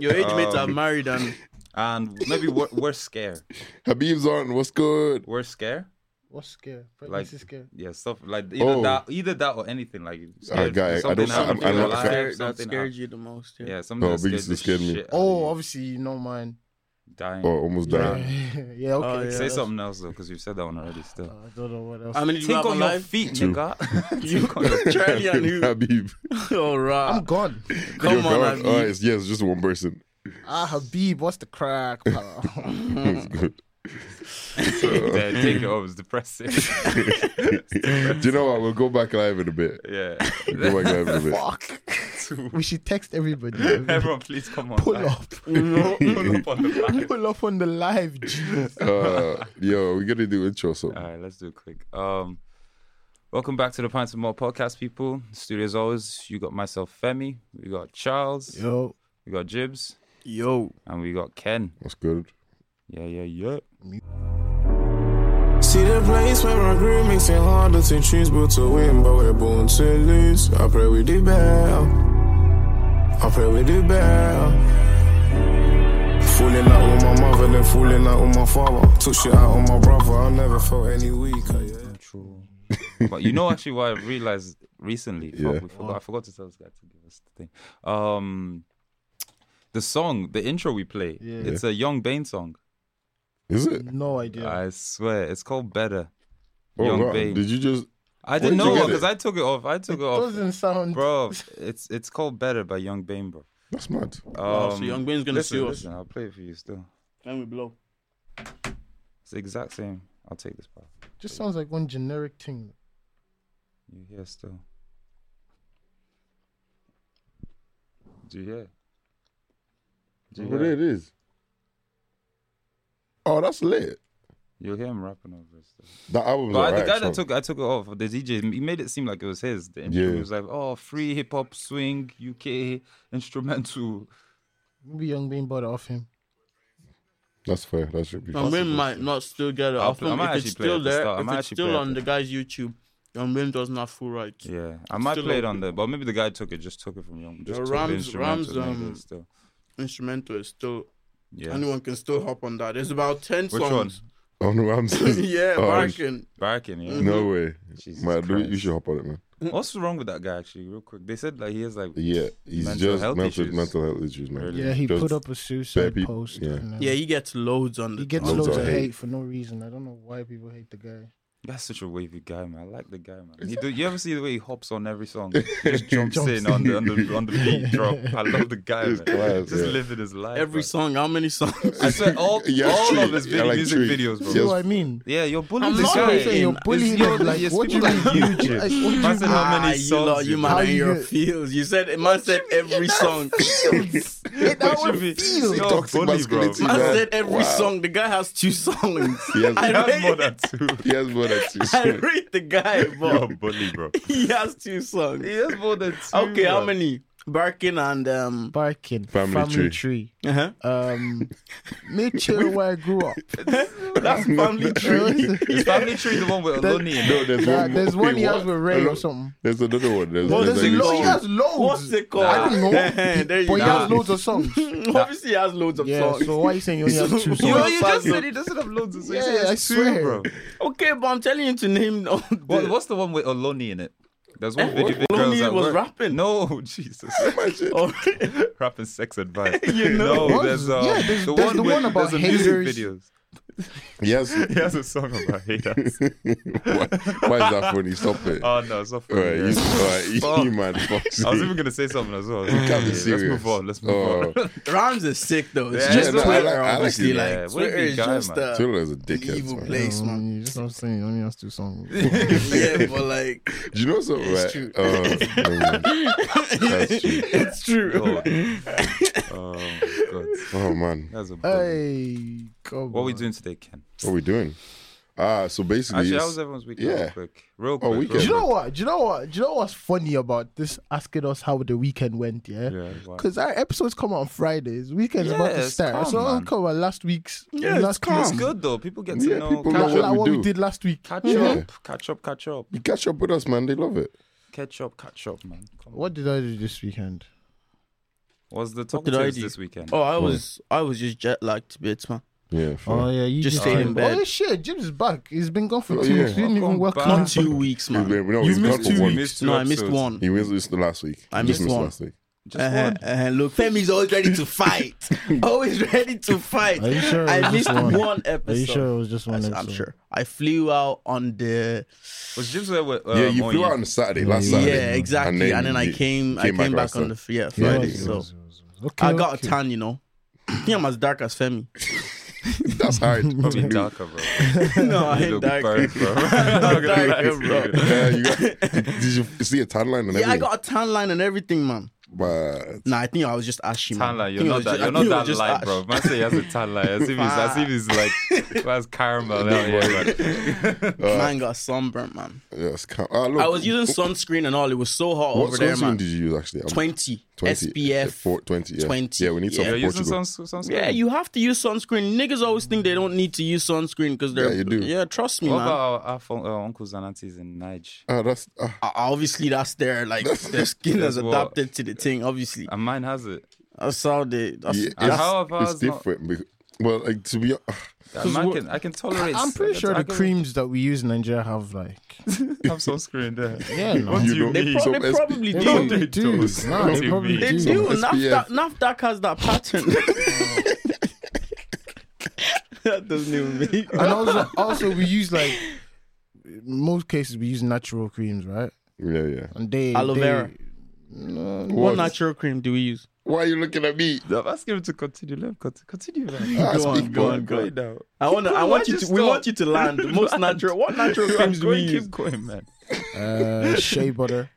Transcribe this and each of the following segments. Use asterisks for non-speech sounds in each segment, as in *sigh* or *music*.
Your age mates Um, are married and and maybe *laughs* wor- worst scare, Habib's on. What's good? worst scare, What's scare? like Pregnancy scare. yeah, stuff like either Oh. that, either that or anything like scared guy, I- *laughs* I something don't- happened to I'm- your I'm not life, scared. that something scared hap- you the most. Yeah. Yeah, something No, that scared biggest the that scared me. shit out of Oh, you. obviously you know mine. dying. Oh, almost *laughs* Yeah, died. *laughs* yeah. Okay. Oh, yeah, Say that's- something else though, because you've said that one already. Still, I don't know what else. How many do *laughs* you think have on your alive? feet, Two. *laughs* nigga. *laughs* Think *laughs* on your- Charlie and you. Habib. All I'm right. gone. Come You're on, gone. Habib. Oh, it's, yeah, it's just one person. *laughs* Ah, Habib, what's *laughs* the crack? Oh, pal? It's good. *laughs* Yeah, take it off. It's depressing. *laughs* Do you know what? We'll go back live in a bit. *laughs* yeah. *laughs* We'll go back live in a bit. Fuck. we should text everybody. Everyone, please come on. pull like, up. *laughs* Pull up on the back. pull up on *laughs* the live. Jeez. Uh, yo, we're gonna do intro so All right, let's do it quick. Um, welcome back to the Pints and More podcast, people. Studio as always. You got myself, Femi. We got Charles. Yo, We got Jibs, Yo. and we got Ken. What's good? Yeah, yeah, yeah. See the place where my grid makes it harder to choose but to win, but we're born to lose. I pray we do better. I pray we do better. Falling out with my mother, then falling out with my father. Took shit out on my brother, I never felt any weaker. Yeah. True. *laughs* but you know, actually, what I realized recently, fuck, Yeah. we forgot, I forgot to tell this guy to give us the thing. Um, the song, the intro we play, Yeah. it's a Young Bane song. Is it? no idea. I swear, it's called Better. Oh, Young wow. Bane. Did you just? I didn't did you know get it? because I took it off. I took it, off, Doesn't sound. bro. It's it's called Better by Young Bane, bro. That's mad. Oh, Um, so Young Bane's gonna listen, sue us. listen, I'll play it for you still. Then we blow. It's the exact same. I'll take this part. Just sounds like one generic thing. You hear still? Do you hear? Do you But hear? it is. Oh, that's lit. You'll hear him rapping over it still. That album's But alright, the guy that son. took I took it off, the DJ, he made it seem like it was his. The intro Yeah. he was like, oh, free hip hop swing UK *laughs* instrumental. Maybe Young Bean bought it off him. That's fair. That should Oh, be. Young fine. Wayne might not still get it. I'll I'll play- I film might if it's actually play it still at the there. start. I If might it's actually still play it on at the guy's YouTube, Young Wayne doesn't have full rights. Yeah, I might Still play it open. on there, but maybe the guy took it, just took it from Young. Just Yeah, took Rams- the instrumental Rams, and made um, it still. Instrumental is still Yeah. anyone can still hop on that. There's about ten Which one? *clears throat* songs. Oh *laughs* no, I'm saying. yeah, Oh, Barkin. Barking, yeah. No way. Jesus Man, do- you Christ. should hop on it, man. What's wrong with that guy? Actually, real quick, they said like he has like Yeah, he's Mental just health mental, issues. mental health issues, man. Really? Yeah, he Just put up a bare suicide peop- post. yeah. and, uh, Yeah, he gets loads on the. he gets Loads loads of of hate. hate for no reason. I don't know why people hate the guy. That's such a wavy guy, man. I like the guy, man. He do, you ever see the way he hops on every *laughs* song? He just jumps, in on the, on the on the beat drop. I love the guy, He's man. class, just yeah. living his life. Every man. song, how many songs? I *laughs* swear, all, Yeah, all true. of his video, Yeah, like music true. videos, bro. See Yes. what I mean? Yeah, you're bullying I'm not this guy. saying you're It's- bullying you're- him, like, yes, what do you people mean like you- Jim. like, what do Man you said how Ah, many you songs lot, you did man How are in you your get- feels. You said man said every song. Hate *laughs* What that you one. mean? feels. You're Toxic bully, bro. *laughs* masculinity, Man Yeah. said every Wow. song. The guy has two songs. *laughs* He has, I *laughs* He has rate, more than two. he has more than two. *laughs* I rate the guy, You're but a bully, bro. he has two songs. He has more than two. Okay, how bro. many? Barking and um. Barking. Family Family, tree. tree. Uh-huh. Um, Mitchell, where I grew up. That's family tree. Is *laughs* Family Tree the one with Aloni and *laughs* No, there's Nah, one. there's more. one he Wait, has what? with Ray No, or something. There's another one. There's, Well, there's there's a like lot- two. he has loads. What's it called? I don't *laughs* know. there you but he go. has loads of songs. Obviously, he has loads of yeah, songs. so why are you saying you only *laughs* have *laughs* two You songs? you just said he doesn't have loads of songs. He has two, bro. Okay, but I'm telling you to name. all The, What, what's the one with Oloni in it? There's one Eh, video what? with girls Oloni at was work. rapping. No, *laughs* Jesus, *laughs* Imagine. Oh, rapping sex advice. You know. no, What? there's uh, Yeah, there's- there's the with- one about there's a music haters. videos. *laughs* Yes. *laughs* He has a song about haters. why, why is that funny? Stop it. oh no, it's not all funny. right, you, yeah. all right, you, Fuck. you man. Fuck I was even gonna say something as well. can't be Yeah, let's serious. move on. Let's move Oh. on. Rhymes is sick though. It's Yeah, just no, I Twitter, like- I like it. obviously. Like, Yeah, Twitter wavy is guy, just man. uh, *laughs* Taylor's a the dickhead. evil man. place, man. Um, You just I'm saying you only has two songs. *laughs* yeah, but like, Do you know something? right? It's true. Oh, never mind. That's true. *laughs* *laughs* it's true. Oh, oh god, oh man, that's a. bully. hey, come What are we on. doing today, Ken? what are we doing? Ah, so basically, Actually, it's- how was everyone's weekend? yeah. Real quick, real Oh, quick. weekend. real Do you know quick. what? Do you know what? Do you know what's funny about this? Asking us how the weekend went, yeah. Yeah, wow. Because our episodes come on Fridays. Weekend's about Yeah, to it's start. calm, so I'll man. come on last week's. Yeah, it's last calm. It's week's- good though. People get to Yeah, know. catch people know Like what up, what, we do. we, did last week. catch up, catch up, catch up, you catch up with us, man. They love it. catch up, catch up, man. Come on. What did I do this weekend? Was the What top did I do? this weekend? Oh, I was I was just jet lagged bits, man. Yeah, Oh fair. yeah, you Just did stay too. in bed. Oh shit, Jim's back. He's been gone for two Oh, yeah. weeks. We didn't even Welcome work. back. on- Not two weeks, man. Yeah, no, you he's gone missed for two one. weeks. Missed two No, I missed episodes. one. He missed this last week. I He just missed missed one. last week. Just Uh-huh, one. uh-huh. Look, Femi's always ready to fight. *laughs* always ready to fight. Are you sure it I was missed just one? one, Are episode. you sure it was just one? Yes, I'm episode? sure. I flew out on the Was Jibs there with? Uh, yeah, you Moyi? flew out on Saturday, last yeah, Saturday. exactly, and And then, then I you came, I came came back back on last the yeah Yeah, Friday, it was, so it was, it was. Oh, Okay, I got okay. a tan, you know. *clears throat* I think I'm as dark as Femi. *laughs* *laughs* That's hard. I'll be darker, bro. no, I You ain't look dark. burnt, *laughs* bro. I'm darker, bro. Yeah, you got, *laughs* did you see a tan line and everything? Yeah, I got a tan line and everything, man. But Nah, I think I was just ashy. man. Tan I line, you're think I not was that, ju- I you're not think I was that just light, ash. bro. Man, say he has a tan line. As if he's, as if he's *laughs* like, he has caramel out here, man. Man got sunburnt, man. yes, come, ah, look, I was using sunscreen and all. It was so hot What over there, sunscreen man. did you use actually? I'm- 20, 20, yeah, SPF. four- 20, yeah. 20, Yeah, we need some yeah. You're for using Portugal. sun, sunscreen. Yeah, you have to use sunscreen. Niggas always think they don't need to use sunscreen because they're. Yeah, you do. Yeah, trust me, What man. about our, our, fun- our uncles and aunties in Nige? Ah, that's ah, O- Uh, Obviously, that's their *laughs* like their skin That's has what- adapted to the thing. Obviously, And mine has it. that's how they. That's, yeah, And that's- how have it's, ours it's not? different. Because, well, like to be ah, Yeah, mine can, I can tolerate. I'm pretty I sure the can- creams that we use in Nigeria have like *laughs* I have sunscreen there. *laughs* yeah, no. What do you know- they, mean? pro- some they SP probably They do. probably do. Those- Nah, those they probably memes. They do. do. Some NAFTA, SPF. NAFTA has that pattern. *laughs* that doesn't even mean. And also, also we use like in most cases we use natural creams, right? yeah, yeah. And they Aloe they- vera. What? What natural cream do we use? Why are you looking at me? No, I'm asking him to continue. Let him conti- continue. Man. Ah, Go on, speak go up. on, go on. Right now. I want. to I want going, why you to. just We stop? want you to *laughs* land. Most Land. natural. What natural creams Keep do we going, use? keep going, man. *laughs* uh, shea butter,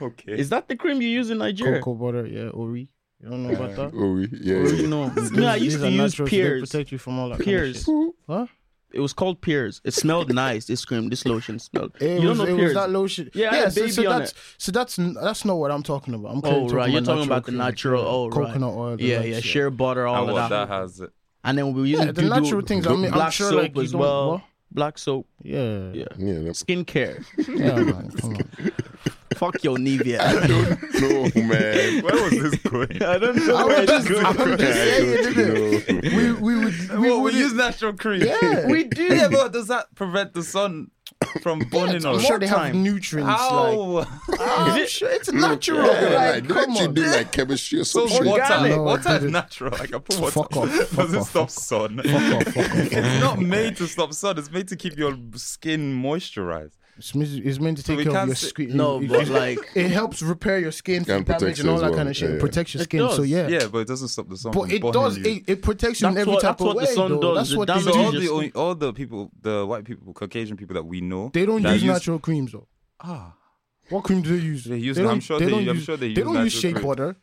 Okay. Is that the cream you use in Nigeria? cocoa butter, yeah, ori. You don't know about that? Oh, we- yeah, Or, yeah. you know, *laughs* no, I used These to are use natural, so They pears. protect you from all that. Pears. Kind of shit. Huh? It was called pears. It smelled nice. This cream, this lotion smelled. It you don't was, know it was pears. that lotion. Yeah, I had a so, so baby on that's so that's that's not what I'm talking about. I'm clearly oh right, you're talking about the creams, natural. Oh right, coconut oil. the Yeah, likes, yeah, shea butter, all and of what that. that has it. And then we were using Yeah, the doodle- natural things. I mean, I'm black sure, soap like, you as don't- well. *laughs* what? Black soap, Yeah, Yeah. yeah, Yeah, that- skincare. man, *laughs* come on. Fuck your Nivea. no, man. *laughs* Where was this going? *laughs* I don't know. I where was it's just, *laughs* I'm going. just saying, innit? No. We we would we well, would we use natural cream. *laughs* Yeah. we do. Yeah, *laughs* but does that prevent the sun from burning I'm us? sure they have time. nutrients. Like, How? *laughs* I'm sure it's natural. Look at that, like, like, come don't you on. do *laughs* like chemistry or So some shit? water, Organic. No, water I is didn't. natural. I can put water. Fuck off, fuck Does it off, stop sun? *laughs* it's not made to stop sun. It's made to keep your skin moisturized. It's meant, it's meant to we take care of can't your say- skin. No, it, but *laughs* it- like- it helps repair your skin from And damage protects and it all as that well, kind of shit. yeah, It yeah. protects your It skin. So does, yeah, Yeah, but it doesn't stop the sun. but from it burning does. you. It, it protects you in That's every what- type that's of what way. the sun though. does. That's It what they damages So do. all your the skin. only, all the people, the white people, Caucasian people that we know, They don't that use natural creams though. Ah, What cream do they use? They use- don't, I'm sure they- don't I'm use, sure they use don't use natural shea cream. butter.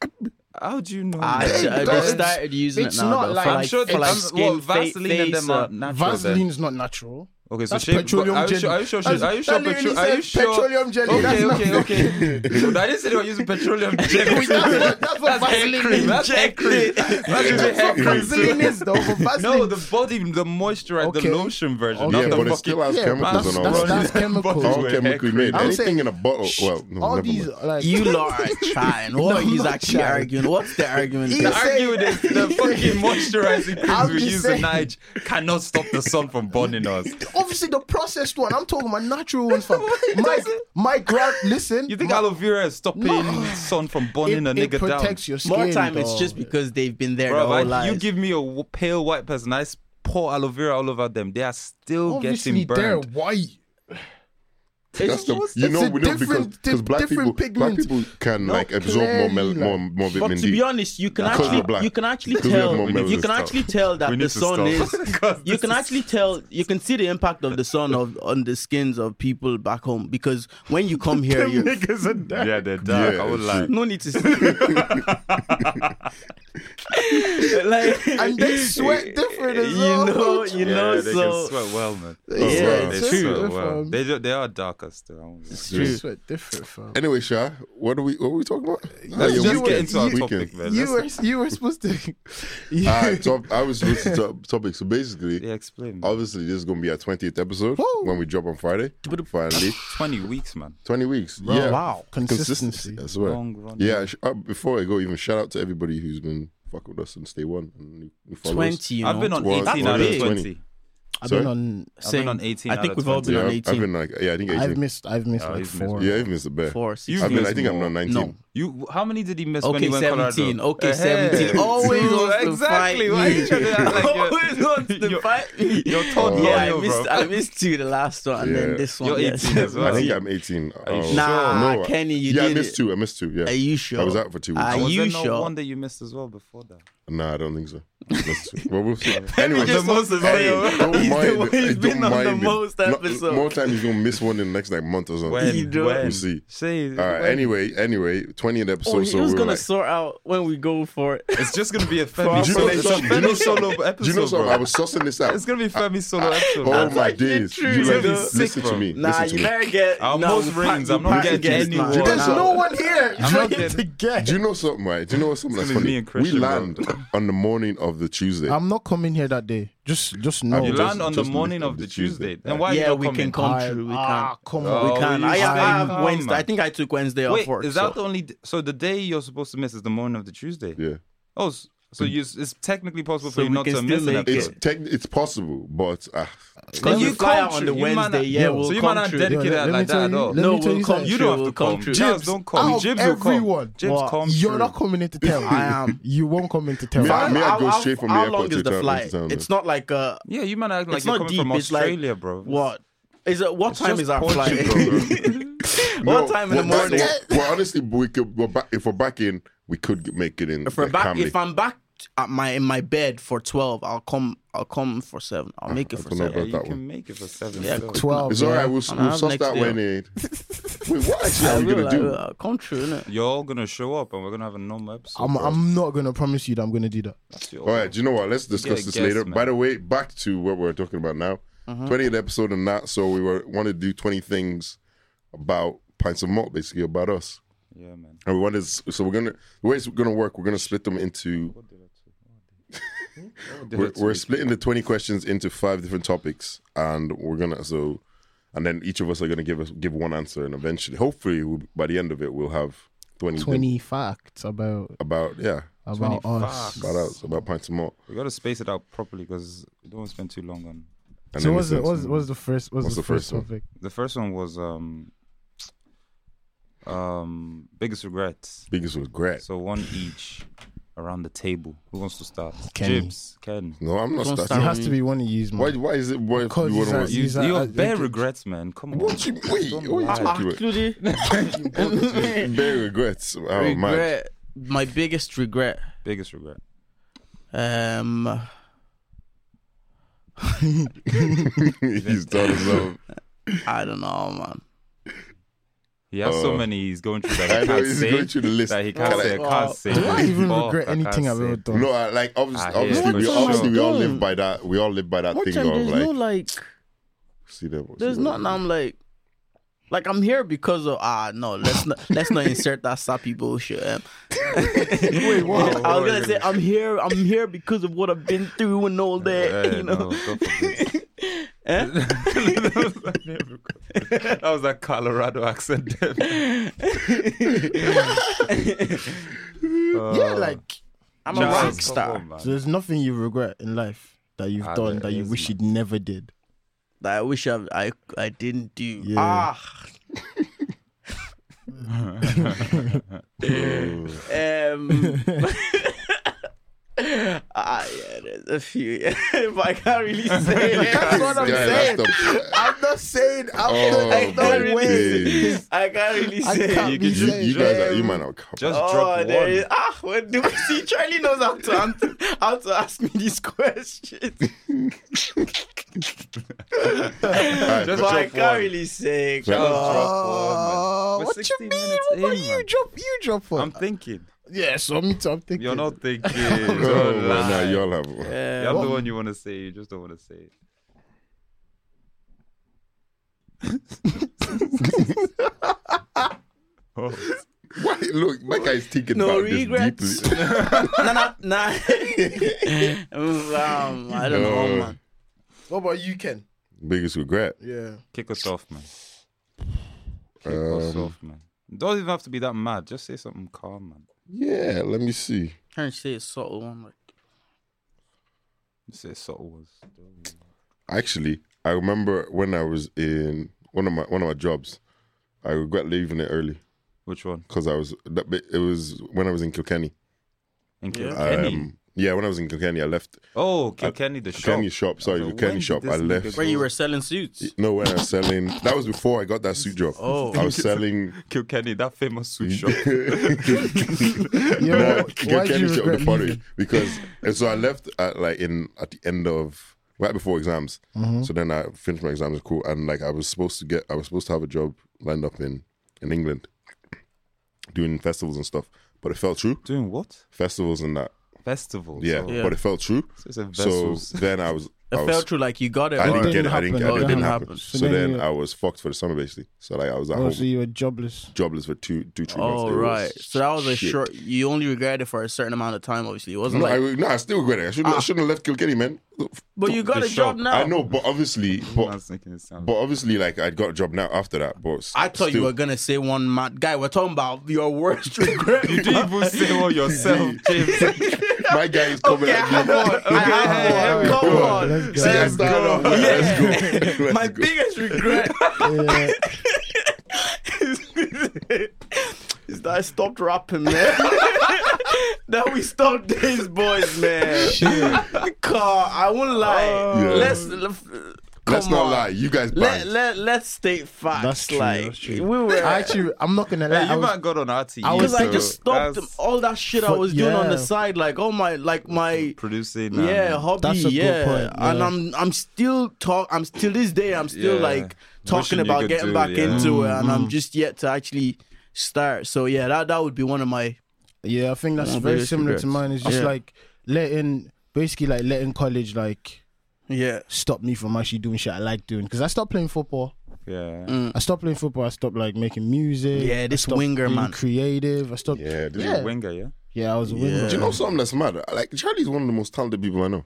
how do you know? I, that? I, they does. started using It's it now. not though, like- for I'm like, sure for they like come- skin, well, fa- Vaseline and face, them uh, are natural. Vaseline is not natural. Then. Okay, so That's shea, petroleum but are you jelly. sure? Are you sure? That's- Are you sure? that literally petro- are you says sure? petroleum jelly. Okay, That's okay, not- okay. But I didn't say they were using *laughs* petroleum jelly. That's what hair Vaseline cream. is. That's hair cream. That's just hair That's what cream. Vaseline is though. But *laughs* Vaseline No, the body, the moisturizer, Okay. the lotion version, Okay. not the Yeah, but fucking. it still has Yeah, but chemicals that's, and that's, all Bro, that's yeah. *laughs* chemicals. But- All Hair chemically cream. made. I'm Anything saying- in a bottle. Well, no, all never these mind. like You lot are *laughs* trying. What are I'm you not actually trying. arguing? What's the argument? He's there? The argument is the *laughs* fucking moisturizing I'm creams we just use saying. in Nige cannot stop the sun from burning *laughs* us. obviously the processed one. I'm talking about natural ones. *laughs* Fam. My my grand. Listen, You think my, aloe vera is stopping No. sun from it, burning a it nigga down? protects your skin? More time, it's dog. just because they've been there Bro, their whole like, lives. you give me a w- pale white person, I s- pour aloe vera all over them. They are still obviously getting they're *laughs* burned. white. That's the, just- you it's know a we know because different- because black people different black pigment. people can No, like absorb more mel- clearly, more like- more but vitamin to be D. honest, you can Because we're actually black. you can actually Because we have tell more you melanin can stuff. actually tell We that need the to sun stop. *laughs* is 'Cause you this can is- actually tell you can see the impact of the sun of on the skins of people back home because when you come here *laughs* you *laughs* Niggas and that. Yeah, they're dark. Yeah, I would it's lie. no need to *laughs* see like *laughs* And they sweat different. different as You well. know, *laughs* you yeah, know, they so can sweat well, *laughs* man. They sweat- they it's true, sweat well. fam. They do, they are darker still. I won't lie. it's They true. sweat different, fam. Anyway, Sha, what are we what were we talking about? Let's your just get weekend. into our Weekend. topic, man. You That's- were you were supposed to. *laughs* You, Alright, top, I *laughs* was supposed to top, topic. So basically, Yeah, explain. man. obviously, this is gonna be our twentieth episode Woo! when we drop on Friday. Finally, Twenty weeks, man. twenty weeks. yeah, Wow, consistency. consistency. I swear. Long run. Yeah, sh- uh, before I go, even shout out to everybody who's been fuck with us since day one. And new, new followers. Twenty. You I've been know? on Well, eighteen that's out of big. twenty. I've Sorry? been on. I've been Same. on eighteen. I think out of we've all 20. been Yeah, on I've, I've 18. been like, yeah, I think 18. I've missed. I've missed Oh, like he's missed- four. yeah, I've missed a bear. Four, six. You I've been, missed I think I'm more. not 19. no. You, how many did he miss when Okay, he went seventeen. Colorado? Okay, Eh, *laughs* seventeen. Always Dude, wants to exactly. fight Why me. you trying to *laughs* act like you're- Always wants to *laughs* you're- fight me. You're told yeah, I loyal, missed. bro. I missed you the last one, and Yeah. then this one. You're yes. 18 as well. *laughs* I think I'm 18. you Oh. sure? Nah, No, I- Kenny, you yeah, did I missed it. two. I missed two. Yeah, Are you sure? I was out for two weeks. Are Was you there no sure? one that you missed as well before that? Nah, I don't think so. I missed *laughs* two. well, we'll see. Anyway, just- most is Hey, loyal. He's the one- he's don't been on the it. most No, episode. more time, he's gonna miss one in the next like month or something. You When? do. when? We'll see. Say. All right. when? Anyway, anyway, 20th episode. Oh, so he was we're gonna like, sort out when we go for it. It's just gonna be a Femi Do you know solo. It's a something? Do you know Femi solo something? episode, Do you know something? I bro. was sussing this out. It's gonna be Femi solo Oh episode. my actually days! true, You you like, know? listen to me. Nah, listen you to me. better get Our nah, most we rings, pack- I'm we pack not getting against anyone. that. There's There's Nah. no one I'm here trying not to getting- get. Do you know something, right? Do you know something that's gonna be me funny? and Christian, we bro. land on the morning of the Tuesday. I'm not coming here that day. Just, just no. You Just- land on the just morning lift of the Tuesday. And why Yeah, are you we not can coming? come true. We ah, can. come Oh, on. We can. you I, I say have come, Wednesday. I man. think I took Wednesday off Wait, work. is that so. the only? d- So the day you're supposed to miss is the morning of the Tuesday. yeah, Oh, s- so you, it's technically possible So for you we not can to still miss an make it. it's episode. tech, it's possible, but ah, Because You you fly come out on through. the You might Wednesday. not- Yeah, Yo, we'll so you might come not true. dedicate- Dedicate that let me like tell that you- at all. let No, me tell we'll something. come You don't We'll have to come come. true. Jibs Jibs, don't come. out of Jibs will come. everyone. Jibs Well, come. You're true. not coming in to tell. I am. You won't come in to tell. Me- How- me, I how- go how- straight from the how airport long to is town- the flight? to town, It's not like uh, Yeah, you man act like it's you're not coming deep. from it's Australia, like, bro. What is it? What It's time just is our Portugal, flight? what time in the well, morning? that- well, honestly, we could. We're back, if we're back in, we could make it in. If we're like, back, calmly. if I'm back at my in my bed for twelve, I'll come. I'll come for seven. I'll make it I for don't know seven. Yeah, about you that can one. make it for seven. Yeah, still. Twelve. It's all yeah. right. We'll, I'll we'll have suss next that day *laughs* when it. Wait, what actually are we I will, gonna I do? will. I'll come true, innit? You're all gonna show up, and we're gonna have a normal episode. I'm, bro. I'm not gonna promise you that I'm gonna do that. That's your- All right, do you know what? Let's discuss a this guess, later. man. Uh-huh. By the way, back to what we're talking about now. 20th episode and that. So we were wanted to do 20 things about pints of malt, basically about us. Yeah, man. And we wanted, so we're gonna the way it's gonna work. We're gonna split them into. We're, we're splitting the 20 questions into five different topics, and we're gonna so, and then each of us are gonna give us give one answer, and eventually, hopefully, we'll, by the end of it, we'll have 20, things Twenty facts about about yeah about us. about us about pints of malt. We gotta space it out properly because we don't want to spend too long on. And So then what's we the start- what's, what's the first what's, the, first, one? topic? The first one was um, um, biggest regrets. biggest regret? So one each around the table. Who wants to start? Kenny. Jibs, Ken. No, I'm not Don't starting. It Um, has to be one of you, man. Why? Why is it? Why you Because wouldn't he's want a- to? You, He's you I have bare think- regrets, man. Come on. uh, What you wait? What you Ah, talking about? Actually, *laughs* *laughs* Bare regrets. Oh man. regret. My biggest regret. Biggest regret. Um, *laughs* he's done his love. I don't know, man. He has so Uh, many. He's going through I that *laughs* he know can't he's say. going through the list. That he can't Can I- say. I can't say. Do I even Fuck, I regret can't anything I've say. ever done? No, I, like obviously, I hear obviously, you. we, What obviously time we all is it? live by that. We all live by that What thing time? of There's like no like. see them. see There's them. nothing. I'm like, like I'm here because of ah no. Let's not let's not insert that sappy bullshit. eh. Wait, what? I was gonna say I'm here. I'm here because of what I've been through and all that. Eh, you know. *laughs* Eh? no, go for it. that was a Colorado accent. yeah, like I'm a Charles, rock come star. on, man. so there's nothing you regret in life that you've Ah, done there that you is, man. wish you'd never did. that I wish I I, I didn't do. Yeah. Ah. *laughs* um. ah, yeah, there's a few, *laughs* but I can't really say. That's what I'm Yeah, saying. that's the- I'm not saying I'm Oh, I can't my really days. say. I can't really *laughs* I say. can't You be can- *laughs* You, saying you that. guys are. You might not come. Just Oh, drop there one. is. Ah, what do we see? Charlie knows how to, answer, how to ask me these *laughs* questions. Alright, just But *laughs* I drop can't Oh, one. really say. Just come on. Uh, We're what you 60 mean? minutes What about in, you man. drop? You drop one. I'm thinking. yeah, so me too. I'm thinking. *laughs* You're not thinking. Oh, Don't well, nah, lie. y'all have. You have What- the one you want to say. You just don't want to *laughs* say it. oh, Why? Look, my guy's thinking No about regrets. this deeply. *laughs* nah, nah, nah. um, I don't know, Uh, man. What about you, Ken? Biggest regret. Yeah. kick us off, man. Kick us Um, off, man. Don't even have to be that mad. Just say something calm, man. Yeah, let me see. Trying to say a subtle one, like Just say subtle words. Actually, I remember when I was in one of my one of my jobs, I regret leaving it early Which one? because I was that bit- it was when I was in Kilkenny. In Yeah. Kilkenny. Um, yeah, when I was in Kilkenny, I left oh, Kilkenny, the Kilkenny shop. shop. Sorry, So when Kilkenny did shop. this I nigga left. go- where you were selling suits. No, when I was selling, that was before I got that suit job. Oh. I was selling. Kilkenny, that famous sweet Mm. shop. Yeah, *laughs* No, why- why do Kilkenny you shop the regret funny because and so I left at like in at the end of right before exams. Mm-hmm. So then I finished my exams, cool, and like I was supposed to get, I was supposed to have a job lined up in in England, doing festivals and stuff. But it fell through Doing what? festivals and that, Festivals. yeah. Oh, But it fell through. So it's a So vessels. then I was, I I was, fell through like you got it. I or- didn't get it. didn't I didn't get it. happen. It Oh, didn't it happen. didn't So, happen. then So then I was fucked for the summer basically. So like I was at Oh, home so you were jobless. jobless for two, two, three months. Oh It was right, so that was a shit. short. You only regretted it for a certain amount of time. Obviously, it wasn't No, like. I, no, I still regret it. I shouldn't, I shouldn't have left Kilkenny, man. but you got the a job shop. now. I know, but obviously, but Man's making it sound- but obviously, like I got a job now after that. But I thought you were gonna say one mad guy. We're talking about your worst *laughs* regret. You didn't even say all *laughs* yourself, James. my guy is coming Okay, at come me. on. *laughs* here we I- Come go. on. Let's go. See, I Let's started go. off like, Let's go. Yeah. Let's *laughs* My go. biggest regret Yeah. is that I stopped rapping, man. *laughs* that we stopped these boys, man. God, I won't lie. Yeah. Let's let's- Let's come not on. lie. You guys Let, banged. let, let's state facts. That's true, like, that's true. we were. I actually, I'm not gonna lie. Hey, I you was- might got on RTE. I because I so just stopped that's all that shit I Fu- was doing on the yeah. side, like all my like my producing. and- yeah hobby, That's a good yeah. point, And yeah. I'm I'm still talk. I'm still this day. I'm still Yeah. like talking Wishing you about could getting do, back yeah. into it, and I'm just yet to actually start. So yeah, that that would be one of my Yeah, I think that's One of the very biggest similar to regrets. mine. It's just Yeah. like letting, basically, like letting college like yeah. *laughs* stop me from actually doing shit I like doing. Because I stopped playing football. yeah. I stopped playing football. I stopped like making music. Yeah, I this stopped winger, being man. Creative. I stopped. Yeah, this yeah. Winger, yeah. Yeah, I was a winger. Yeah. Do you know something that's mad? Like Charlie's one of the most talented people I know.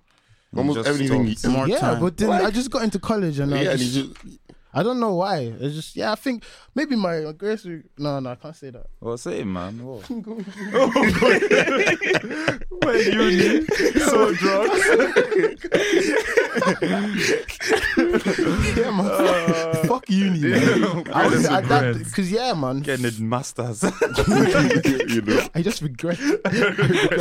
Almost just everything. He, More yeah, time. but then Like- I just got into college and I, yeah, and he just, *laughs* just I don't know why. It's just yeah, I think maybe my grace. No, no, I can't say that. Well, say it, man. *laughs* What? *laughs* Oh, Wait, you need so drugs. Yeah, man. *laughs* fuck uni. Man. *laughs* I was Greatest at that regrets. because yeah, *laughs* man. Getting it *laughs* *laughs* masters. you know. I just regret.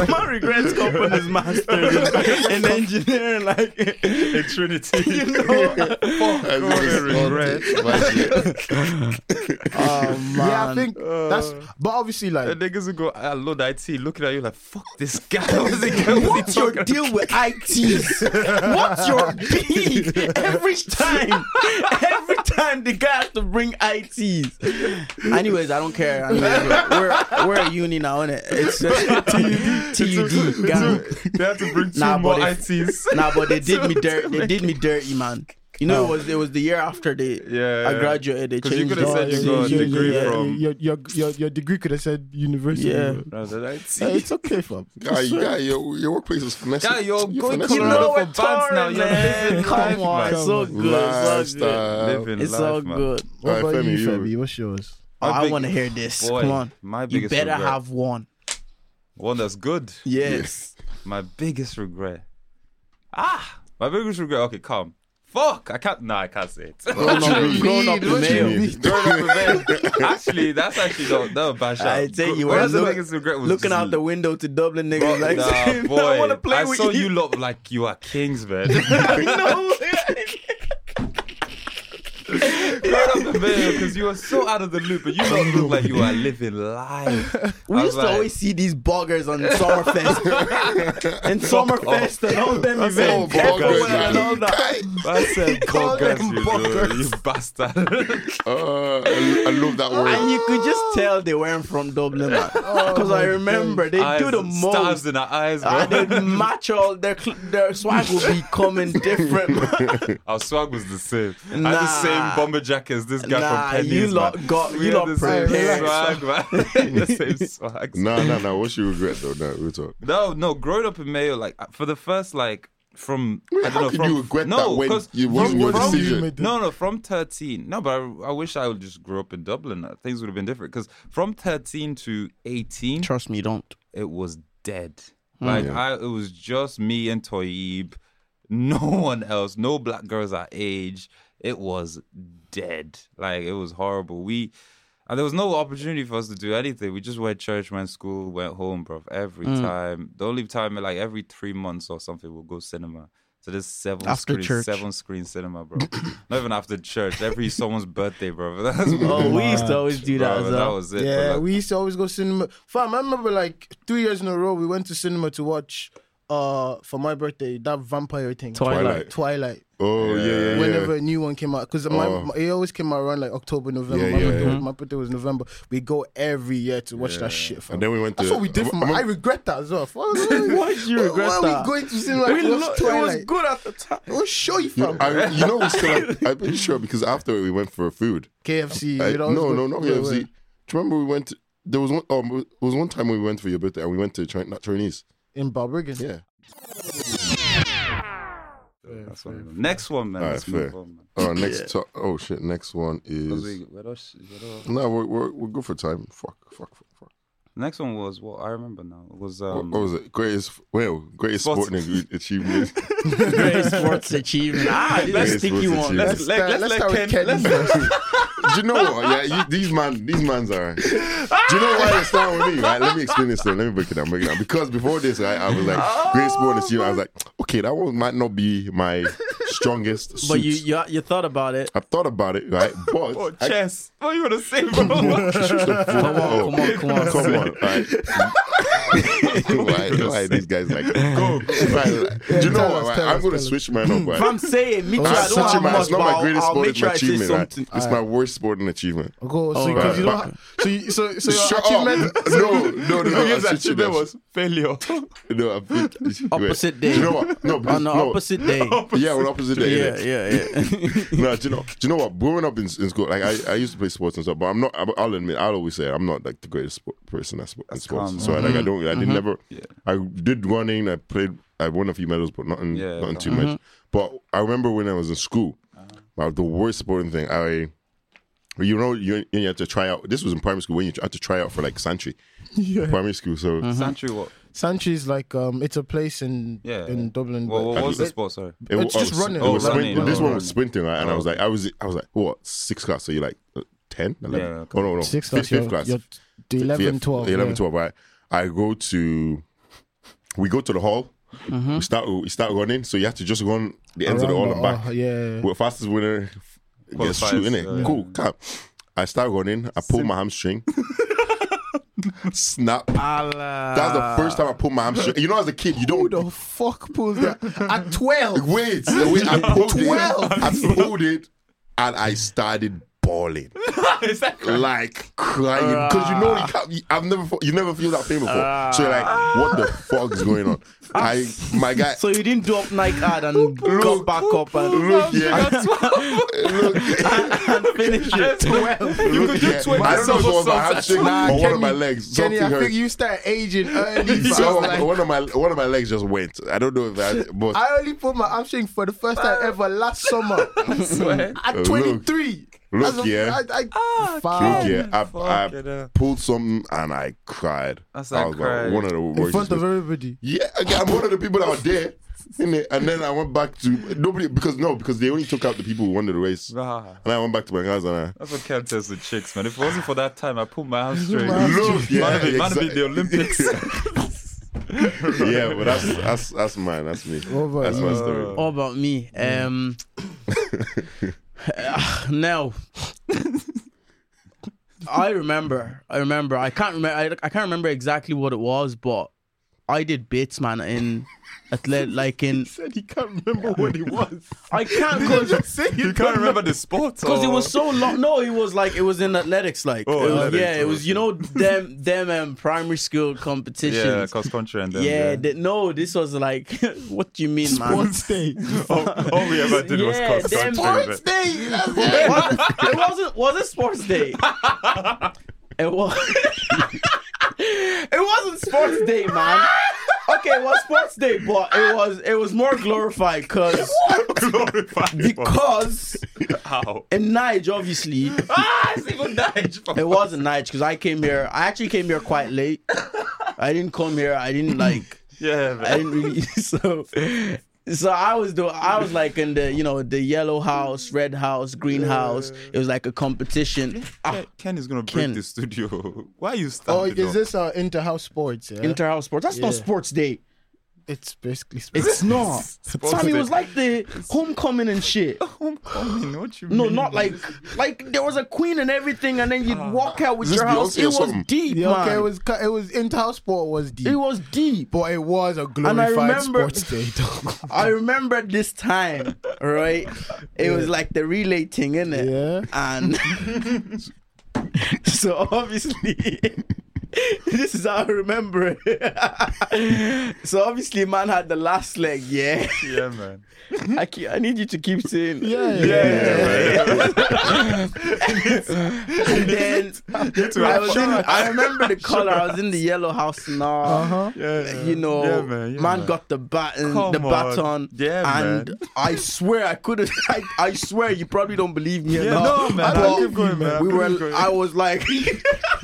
My regrets come from his master's in engineering, like In Trinity. you know. I just regret. thought, like, *laughs* yeah. Yeah, I think that's. But obviously, The like, Uh, niggas will go, "Ah, I load IT, looking at you like, fuck this guy. *laughs* What's he guy? What's your deal with IT? *laughs* What's *laughs* your beef? Every time, every time the guy has to bring ITs. Anyways, I don't care. I mean, we're we're a uni now, innit? *laughs* It's uh, TUD, gang. They had to bring two Nah, more but if- ITs. *laughs* Nah, but they did me dirty. They did me dirty, man. You know, it was it was the year after they Yeah, I Oh. yeah. graduated. They 'Cause you changed. could've it. said you Yeah, got a yeah, degree yeah. from- your, your your your degree could have said university. Yeah. bro. No, the *laughs* IT. Hey, it's okay, fam. Guy, you guy, your, your workplace is finessing. Guy, you're going finessing. You Colorado know for what, bands now. Torrance, You're man? living life, Come on, man. it's so good. it's so good. Lifestyle. Living It's life, all man. good. What Alright, about Femi, you, you- Febby? What's yours? Oh, My I big- want to hear this. Boy, Come on. my you biggest better regret. have one. One that's good. Yes. My biggest regret. Ah, my biggest regret. Okay, calm. Fuck, I can't. Nah, I can't say it. *laughs* What you mean? grown up What you male. mean? Growing up event. *laughs* Actually, that's actually not that was a bad shot. I tell you, Whereas I the look- biggest regret was Looking just- out the window to Dublin Bro, niggas like nah, saying, boy. *laughs* I want to play I with saw you. you. *laughs* lot like you are *laughs* kings, man. No. Growing up man, because you were so out of the loop, but you not look like you are living life. We I was used like, to always see these bloggers on *laughs* Summerfest and Summerfest and all them events. boggers, everywhere man. and all that. I said, *laughs* He called "Bogus, them you, bogus." know, you bastard. Uh, I, I love that And word. you could just tell they weren't from Dublin, *laughs* man. Because I my remember they Oh, Eyes do the and Stars most. in our eyes, bro. And they match all their cl- their swag will be coming different. man. Our swag was the same. I had the Nah. same bomber jacket as this guy Nah, from Penny's. you man. lot got- we you had lot the same prepared. swag, man. *laughs* the *laughs* same swag. No, no, no. What you regret though? No, real talk. No, no. Growing up in Mayo, like uh, for the first like from I don't how know. could From, you regret no, that when 'cause you- from- was your from- decision? No, no, from 13. No, but I, I wish I would just grew up in Dublin. Uh, Things would have been different. Because from 13 to *laughs* 18, Trust me, don't. it was dead. Hmm. Like, I, it was just me and Toyib. *laughs* No one else. No black girls our age. It was dead. Like, it was horrible. We. And there was no opportunity for us to do anything. We just went church, went school, went home, bro. Every Hmm. time, the only time, like every three months or something, we'll go cinema. So there's seven After screen, church. seven screen cinema, bro. *coughs* Not even after church. Every someone's birthday, bro. *laughs* That's Oh, we used to always do that Bro, as that well. was it. Yeah, Like, we used to always go cinema. Fam, I remember like two years in a row we went to cinema to watch uh for my birthday that vampire thing. Twilight. Twilight. Oh yeah, yeah, yeah. Whenever a new one came out, because my, Oh. my- it always came out around like October, November. Yeah, my, yeah, birthday, yeah. my birthday was November. We go every year to watch that shit. Fam. And then we went to. That's what we did. For my, I remember- regret that as well. *laughs* Why Why do you regret why that? are we going to cinema We to lo- watch Twilight? It was good at the time. We'll show you, fam. I, you know, we still. Had, I'm pretty sure because after we went for food. KFC. I- we'd no, always go- no, not Yeah, KFC. Do you remember we went? There was one. Um, it was one time we went for your birthday and we went to China, not Chinese. In Balbriggan. Yeah. that's one of them. Next one, man. Alright, Let's move fair. on, man. Uh, next. to- oh shit. Next one is. No, we're, we're we're good for time. Fuck. Fuck. Fuck. fuck. Next one was what I remember now was What, um what was it? Greatest. Well, greatest Sports- sporting achievement. Great sports achievement. Ah, that's Great a sticky sports one. achievement. let's, let, let's, Let's start let with Ken, let's, Kenny Do you know what? Yeah, you, these man, these mans are. Do you know why they start with me? Right? Let me explain this. To them. Let me break it down. Break it down. Because before this, right, I was like, great sport this year. I was like, okay, that one might not be my strongest. But Suit. you, you you thought about it. I thought about it, right? But oh, I- chess. What you wanna say, *laughs* bro? Come on, come on, come on. come on, right? *laughs* why, why are these guys like go? Right, like, do you know tell what? us, right, I'm tell us, gonna tell us. switch mine up. Right? If I'm saying, me too, I That's don't such a have man. much, It's not but my I'll, greatest I'll make sporting sure I say achievement. right? *laughs* something. It's my worst sporting achievement. *laughs* Go. So, Alright. because you don't. So, you, so, so your Shut achievement. *laughs* up. No, no, no. Because no, that shit there was *laughs* failure. no, I think, Opposite wait. day. Do you know what? No, On because, the no. opposite *laughs* day. Yeah, on opposite *laughs* day. Yeah, innit? yeah, *laughs* yeah. No, do you know? Do you know what? Growing up in, in school, like I, I used to play sports and stuff, but I'm not. I- I'll admit, I'll always say I'm not like the greatest sport person at sport, in sports. calm, Mm-hmm. so like I don't, I did never. Yeah. I did running. I played. I won a few medals, but nothing, Yeah, mm-hmm. nothing too calm. much. But I remember when I was in school, Uh-huh. uh, the worst sporting thing I. You know, you, you had to try out. This was in primary school when you had to try out for *laughs* like Santry, primary school. So Santry what? Sanchi's like um, it's a place in Yeah. in Dublin. Well, but what was the it- sport, sorry? It It's wa- just I was- running. It Oh, was running, sprinting. yeah, This one running. was sprinting, right? And I was Oh, like, I was, I was like, what, sixth class? So you're like uh, 10, 11? Yeah, okay. oh, no, no. Sixth fifth, class, fifth you're- class. you're Fifth- 11, fifth- 12, 11, yeah. 12, right? I go to, we go to the hall. We start, we start running. So you have to just run the ends of the hall Mm-hmm. around and the- back. oh, yeah. Well, fastest winner gets Qualifies, two, innit? yeah. Cool, calm. I start running. I pull *laughs* my hamstring. Snap. That's the first time I pulled my hamstring. You know, as a kid, you don't Who the fuck pulls that *laughs* at twelve? Wait, wait, I pulled it. Twelve. I pulled it and I started bawling. Like crying. Because you know you can't, you- I've never fo- you never feel that pain before. so you're like, what the fuck's going on? I my guy so you didn't do up Nike ad and come back up and, look here. *laughs* look, *laughs* and finish it. *laughs* You look could do here. I don't know if it was my hamstring Nah, or one of my Kenny- legs. Kenny, I Something think hurt. you start *laughs* aging early. fam. So, Like, one of my one of my legs just went. I don't know if I but I only pulled my hamstring for the first time ever last summer swear. at twenty three. look here. Ah, Look here, I, Fuck it I up. pulled something and I cried. That's I like was cried. like one of the worst. in front of everybody. Yeah, again, I'm one of the people that were there. innit? And then I went back to nobody because no, because they only took out the people who won the race. Ah, And I went back to my guys and that's what Ken tells the chicks, man. If it wasn't for that time, I pulled my hamstring. I Might look, yeah, have been, might have been the exact- Olympics. yeah, but that's that's that's mine, that's me, about that's my Oh. story. *laughs* *laughs* All about me. Um, now, I remember. I remember. I can't remember. I, I can't remember exactly what it was, but I did bits, man. In *laughs* athlete, like in said he can't remember what he was. I can't because Say you can't remember the sports because it or- was so long. No, it was like it was in athletics. Like Oh, it was, athletics, yeah, it oh, was. You *laughs* know them them um, primary school competitions. yeah, cross country and then Yeah, th- no, this was like, *laughs* what do you mean, man? Sports day. *laughs* all, all we ever did Yeah, was cross them- country. Sports day. That's it. it wasn't. It wasn't, wasn't sports day. It was. *laughs* it wasn't sports day, man. Okay, it was sports day, but it was it was more glorified because because How? in Nige, obviously, Ah, it's even Nige. it wasn't Nige because I came here. I actually came here quite late. I didn't come here. I didn't like. *laughs* Yeah, I man. didn't really *laughs* so so I was doing I was like in the you know the yellow house, red house, green house. It was like a competition. Ah, Ken- Ken is gonna break Ken. the studio. *laughs* Why are you Oh, standing is up? this uh, inter-house sports? Yeah? Inter house sports. That's not Yeah. sports *laughs* day. it's basically sports. It's not. Tommy day. was like the homecoming and *laughs* shit. Oh, Homecoming, what you No, mean? not like like there was a queen and everything, and then you'd Ah. walk out with Is this your Beyonce house. or It was something? deep, Yeah, okay, it man. was cu- it was inter-house sport was deep, It was *laughs* deep. but it was a I glorified remember- sports day. Though. I remember this time, right? It was like the relay thing, innit? *laughs* yeah, and *laughs* so obviously *laughs* this is how I remember it. *laughs* so obviously man had the last leg, yeah. Yeah, *laughs* man. I keep, I need you to keep saying yeah, yeah. And *laughs* then I, was in, I remember the color. I was in the yellow house now. Yeah, You know, Uh-huh. yeah, man, man, yeah, man. got the baton, Come the on. baton, Yeah, and man. I swear I couldn't. *laughs* I, I swear you probably don't believe me. Yeah, enough, no, man, but keep going, man, We keep were. going. I was like, *laughs*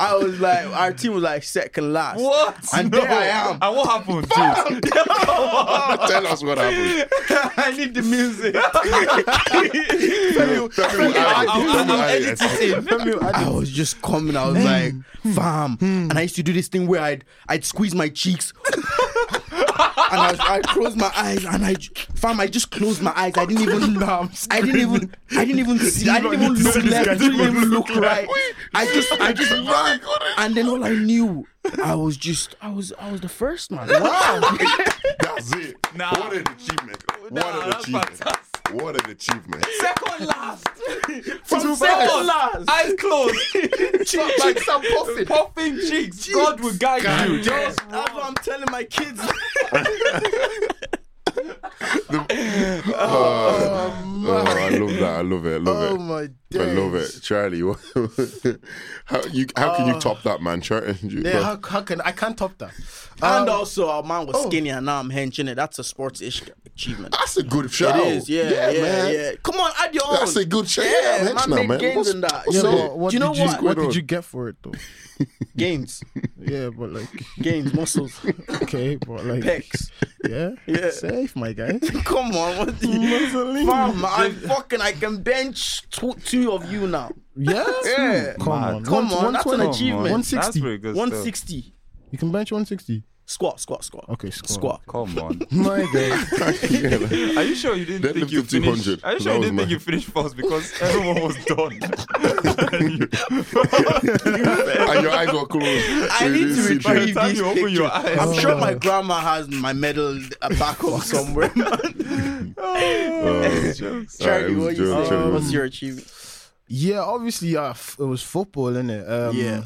I was like, our team was like second last. What? And No. there I am. And what *laughs* happened? Dude? Tell us what happened. I need the music. *laughs* Tell me what happened. Tell me what happened. I was just coming. I was like, fam. And I used to do this thing where I'd I'd squeeze my cheeks. *laughs* and I, was- I closed my eyes and I, j- fam, I just closed my eyes. I didn't even, I didn't even, I didn't even see. I didn't even look left. I didn't even look right. I just, I just ran. And then all I knew, I was just, I was, I was the first man. Wow. That's it. Nah. What an achievement. Nah, What an that's achievement. fantastic. What an achievement. Second last. From second last. Eyes *laughs* closed. cheeks are puffing. Puffing cheeks. God will guide you. Just That's what I'm telling my kids. Um, Oh, I love that. I love it. I love Oh it. my I days. love it, Charlie. *laughs* what- how you? How Uh, can you top that, man? Charlie, *laughs* you, Yeah, how, how can I can't top that? and Um, also, our man oh. was skinny, and now I'm henching it. That's a sports ish achievement. that's a good shout. It is, yeah, yeah, yeah, man. Come on, add your own. That's a good shout. Yeah, Yeah, man, now, big man. gains What's- in that. what's Yeah, up? but what Do you know did what? What on? did you get for it though? gains, Yeah, but like, *laughs* gains, *laughs* muscles, okay, but like, pecs. yeah, Yeah. safe, my guy. Come on, what do Mm. you? Fam, I fucking I can bench two, two of you now. *laughs* Yeah, Yeah. come Mad. on, Come One- on, that's an 120. achievement. 160. That's pretty good One stuff. sixty. You can bench 160. Squat, squat, squat. Okay, squat. squat. Come on. My *laughs* God. Yeah, like, *laughs* Are you sure you didn't Deadlift think you to 200. finished? Are you That sure you was didn't mine. think you finished first *laughs* because everyone was done? and your eyes were closed. I So you need didn't to see By the retrieve time these you open pictures. your eyes, I'm sure my grandma has my medal uh, back home somewhere. *laughs* that. Uh, Alright, Charlie, it was what a you joke, say? Charlie. Oh, What's your achievement? yeah, obviously, uh, f- it was football, innit? Um, Yeah.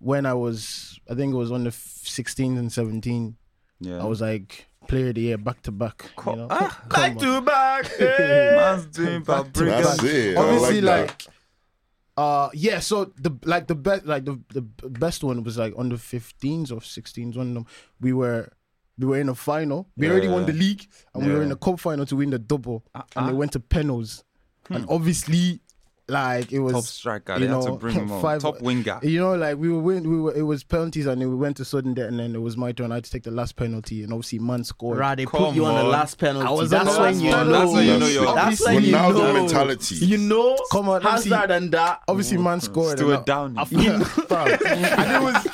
When I was, I think it was on the f- 16th and 17th, yeah. I was like, player of the year back to back. You know? Back to back. *laughs* Man's doing paprika. That's it. I obviously like, like, uh yeah so the like the best like the, the b- best one was like on the 15s or 16s one of them we were we were in a final we already won Yeah. the league and we were Yeah. Ah, in the cup final to win the double and they went to penals and obviously like it was Hmm. Top striker. you They know had to bring him on. five- Top winger. you know like we were win, we were it was penalties and then we went to sudden death and then it was my turn i had to take the last penalty and obviously man scored Right, they put Come you on, the on. last penalty. I was on that's the when last you penalty. know. That's when you know you're- That's when you Obviously, know. Ronaldo mentality. You know. Come on, Hazard obviously- Mm-hmm. and that. *laughs* obviously man scored and I- Stuart Downey. I, felt- fam, and it was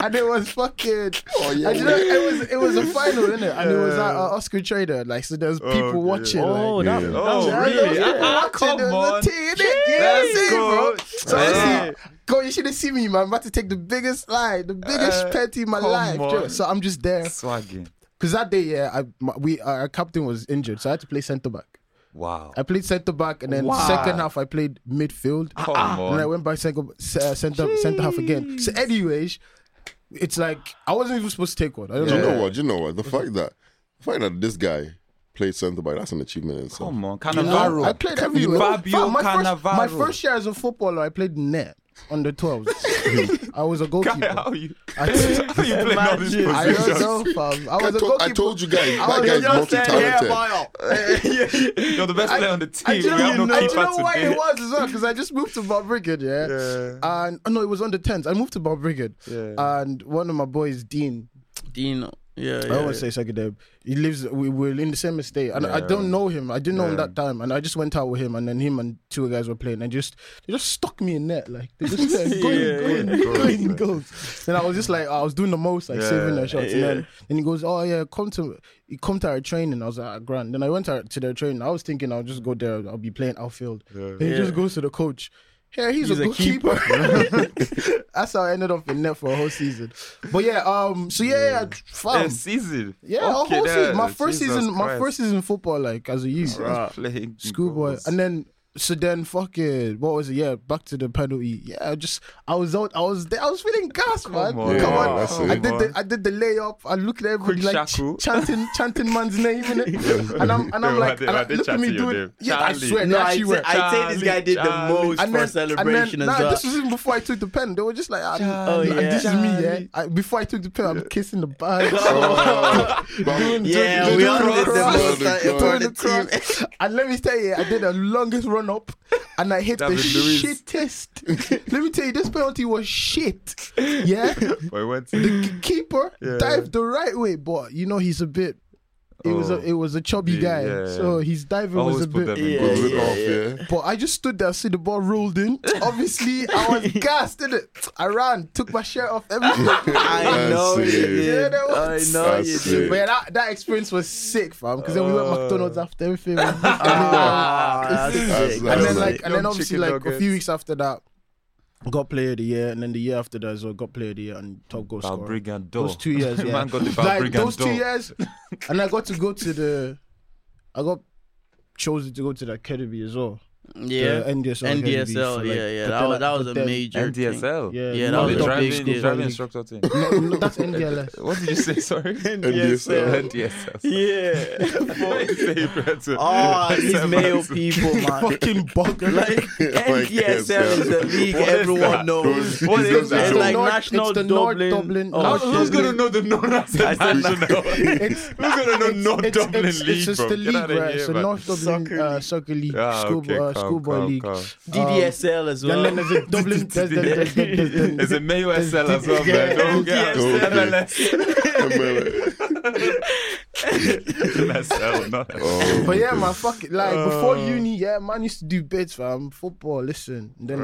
and it was fucking. Oh yeah, and you know, it was it was a final, innit? And it was at uh, Oscar Trader, like so. There's people yeah. watching. Oh, like, that, Yeah. that Oh, was yeah, really? there Ah, was people ah, watching, come there was a on. thing, innit? You know what I'm Let's saying, bro? go. So Yeah. obviously, God, you should have seen me, man. I'm about to take the biggest lie, the biggest Uh, petty in my come life. on. Joe. So I'm just there. Swagging. Because that day, yeah, I, my, we our captain was injured, so I had to play centre back. Wow. I ah, played centre back, and then Wow. Ah, second half I played midfield, Come and I on. went back second uh, centre centre half again. So, anyways, it's like I wasn't even supposed to take one. I don't Do you know. know what? Do you know what? The fact that the fact that this guy played centre back, that's an achievement in itself. Come on. No, Cannavaro. I played everywhere. Fabio Fam, my, first, Cannavaro. my first year as a footballer, I played net under *laughs* 12s. I was a Guy, how goalkeeper. are you? *laughs* I, How you playing all these Imagine. I positions? don't know, fam. I I, was a told, goalkeeper. I told you guys, I that was guy's just multi saying, yeah, talented. bio. You're the best player on the I team. do We have know, no do you keeper know why today. it was as well because I just moved to Bob Brigade, yeah? And oh, no, it was under tens. I moved to Bob Brigade, Yeah. and one of my boys, Dean. Dino. Yeah, I yeah. always say secondary. He lives. We were in the same estate, and I don't know him. I didn't know him that time, and I just went out with him, and then him and two guys were playing, and just they just stuck me in net, like they just said, go in, go in, go in, goals. And I was just like, I was doing the most, like saving their shots, and then then he goes, oh yeah, come to, he come to our training. I was like, ah, grand. Then I went to, our- to their training. I was thinking I'll just go there. I'll be playing outfield. Then he just goes to the coach. Yeah, he's, He's a, a goalkeeper. *laughs* That's how I ended up in net for a whole season. But yeah, um, so yeah, yeah fam. A season. Yeah, a Okay, whole there. season. My first Jesus season, my Christ. first season football, like as a youth, He's playing schoolboy, goals. and then so then fuck it. What was it? Yeah, back to the penalty. Yeah, I just I was out. I was there. I was feeling gas, man. on. Come on, Yeah, that's I it. did the I did the layup. I looked at everybody Quick like shaku. ch- chanting chanting man's name in *laughs* it, and I'm and I'm They like, were- and they I, were look at me chanting your doing. name. Yeah, I Charlie. swear, No, no, I, actually say, were. I say this guy did Charlie, the most And for then, celebration and then, as nah, well. this was even before I took the pen. They were just like, ah, Oh, and yeah. this is me, yeah. I, before I took the pen, I'm kissing *laughs* the bag. Oh. Oh. *laughs* *laughs* Bam. Yeah, Did we you all cross? did the most Did you uh, for cross? the team. And let me tell you, I did the longest run up, and I hit the David Luiz. shittest. let me tell you, this penalty was shit. Yeah, But it went the k- keeper dived the right way, but you know he's a bit. It was a Oh. it was a chubby Yeah. guy, so his diving was Always a put bit. them Yeah, in goals. Good rip off, yeah. But I just stood there, see the ball *laughs* rolled in. Obviously, I was gassed, didn't it? I ran, took my shirt off, *laughs* everything. I That's know you it. *laughs* Yeah, did. that I was- know you That's did. it. But yeah, that, that experience was sick, fam. Because then we went Uh. McDonald's *laughs* after everything. *laughs* Ah, that's That's sick. like- and then That's *laughs* like, like and then young obviously chicken like a nuggets. few weeks after that, got player of the year, and then the year after that as well, got player of the year and top goal scorer. Balbriggan door. Those two *laughs* years, yeah. oh. Man got the oh. like Balbriggan those two door. *laughs* years, and I got to go to the, I got chosen to go to the academy as well. *laughs* yeah. the NDSL. academy NDSL, for, like- yeah, yeah. That but then was, I- that was but a then- major. thing. *laughs* NDSL. Yeah, Yeah, that Oh, no, was the a top driving- driving, big school. the driving instructor thing. *laughs* No, no, that's *laughs* NDLS. What did you say? *laughs* Sorry. NDSL. NDSL. *laughs* Yeah. Ah, Oh, Oh, *laughs* these male people, *laughs* man. Fucking bugger. Like NDSL is the league everyone knows. What What is is that? It's like North- national it's the North Dublin. Dublin- Oh, North shit. Who's gonna know the non-nonsense national? *laughs* It's- Who's gonna know it's- non it's- Dublin it's, league, It's just bro? the Get league, outta right? here, It's a man. North Dublin Soccer uh, soccer league, *laughs* Ah, school, okay, uh, calm, schoolboy calm, league. calm. Oh. DDSL as well. And then there's *laughs* a Dublin. There's, there's, there's, there's, there's, It's a Mayo SL as well, Yeah, man. Don't get NDSL. MLS. MLS. *laughs* NSL, not Oh, but yeah, man, fuck it. Like before uni, yeah, man used to do bits, fam. Football, listen. And then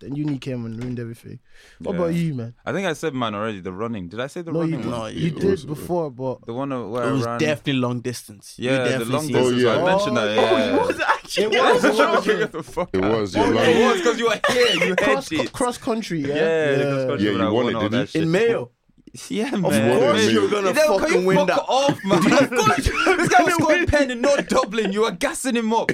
then uni came and ruined everything. What Yeah. about you, man? I think I said mine already. The running. Did I say the No, you running? did. one? No, you you did before, *laughs* but The one where It I was ran. definitely long distance. You yeah, the definitely long seen it. distance. Oh, yeah. I mentioned that. Yeah. It was *laughs* actually- *laughs* It was, it was. Figure the fuck It out. was, yeah. It Like, was because you were here. You heard cross it. cross country, yeah. Yeah, because country Yeah, when you I won it, all didn't that shit. *laughs* you? In Mayo. Yeah, man. course Man, you're gonna Then can fucking you win fuck that. off, man. *laughs* Of course you- this guy was called Penn in North Dublin. You were gassing him up.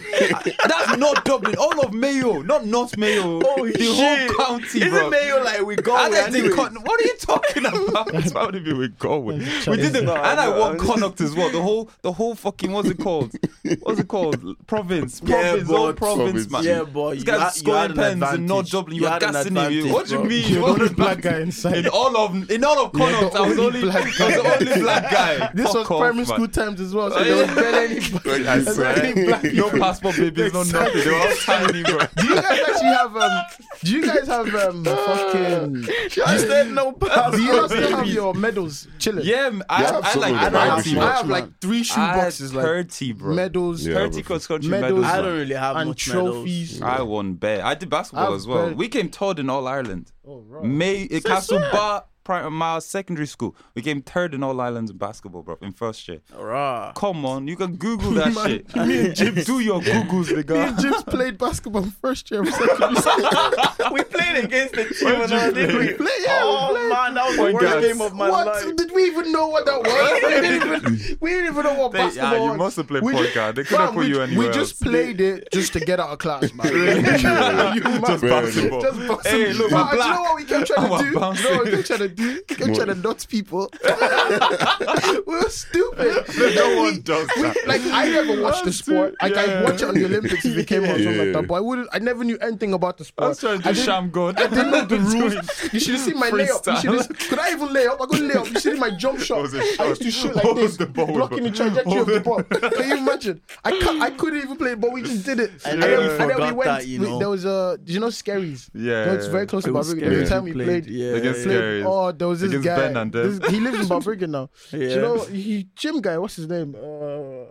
That's North Dublin. All of Mayo, not North Mayo. Oh, the shit. whole county, Isn't bro. Mayo like we go? I didn't anyway? think Con- what are you talking about? It's probably be with Galway. We It's did the not, and I bro. won Connacht as well. The whole the whole fucking what's it called? What's it called? Province. Yeah, Province. all but- province, man. Yeah, boy, These you guys had- you had scoring an pens in advantage. North Dublin. You, You were had an gassing him. You- advantage, What do you bro. mean? *laughs* You're the What only do you black mean? guy inside. *laughs* In all of in all of the Connacht, I was only only black I was the only black guy. *laughs* This Fuck was off, primary man. school times as well, so Oh, there was yeah. barely any *laughs* black like, I That's said. right. Black *laughs* No passport babies, no nothing. They were all tiny, bro. Do you guys actually have um? Do you guys *laughs* have um? fucking. You said no pass. Do you guys still have your medals chilling? Yeah, I, You have I some like of them, I have, Nice, 30. I have man. like three shoe I had boxes, like 30, bro. medals Yeah. 30 cross country Medals. medals. I man. don't really have and much medals. trophies. I won bare. I did basketball I've as well. bet- We came third in all Ireland. Oh, right. May Castle Bar Brighton Miles Secondary School. We came third in all islands in basketball, bro, in first year. Rah. *laughs* Come on, you can Google that Man, shit. Oh. *laughs* me and *laughs* Do your Googles, Me nigga. and *laughs* Jibs played basketball first year of secondary school. we played against the Chilean, didn't we? Play, yeah, oh we played. man, that was the worst guards. game of my what? life. Did we even know what that was? we, didn't even, we didn't even know what They- basketball yeah, ah, you was. must have played We- point guard. They couldn't Fam, put we, you anywhere We just else. *laughs* played it just to get out of class, man. Yeah. You mad? Just basketball. Just basketball. Hey, look, Fam, we're do you black. know what we kept *laughs* trying We're to do? You know bouncing. what we kept trying to do? We kept trying to nut people. *laughs* we were stupid. No one does that. Like I never watched the sport. Like I Yeah. watch it on the Olympics if it came on or something like Yeah. that. But I wouldn't. I never knew anything about the sport. I was trying to do didn't- sham god. I *laughs* didn't know the rules. You should have seen my layup. You Freestyle. should have, could I even lay up? I couldn't lay up. You should have my jump shot. was a I shot. used to shoot like Hold this, the ball, blocking the bro. trajectory of Hold the it. ball. Can you imagine? I can't, I couldn't even play, it, but we just did it. Yeah. then, I then we forgot went. that, you we- know. there was a. Did you know Scaries? Yeah. No, it's very close to It was Barbican. Every Scaries time we we played, played, yeah. Against played- Scaries. Oh, there was this Against guy. Ben and them. this- he lives in Barbican now. Do you Yeah. know he gym guy? What's his name? Uh,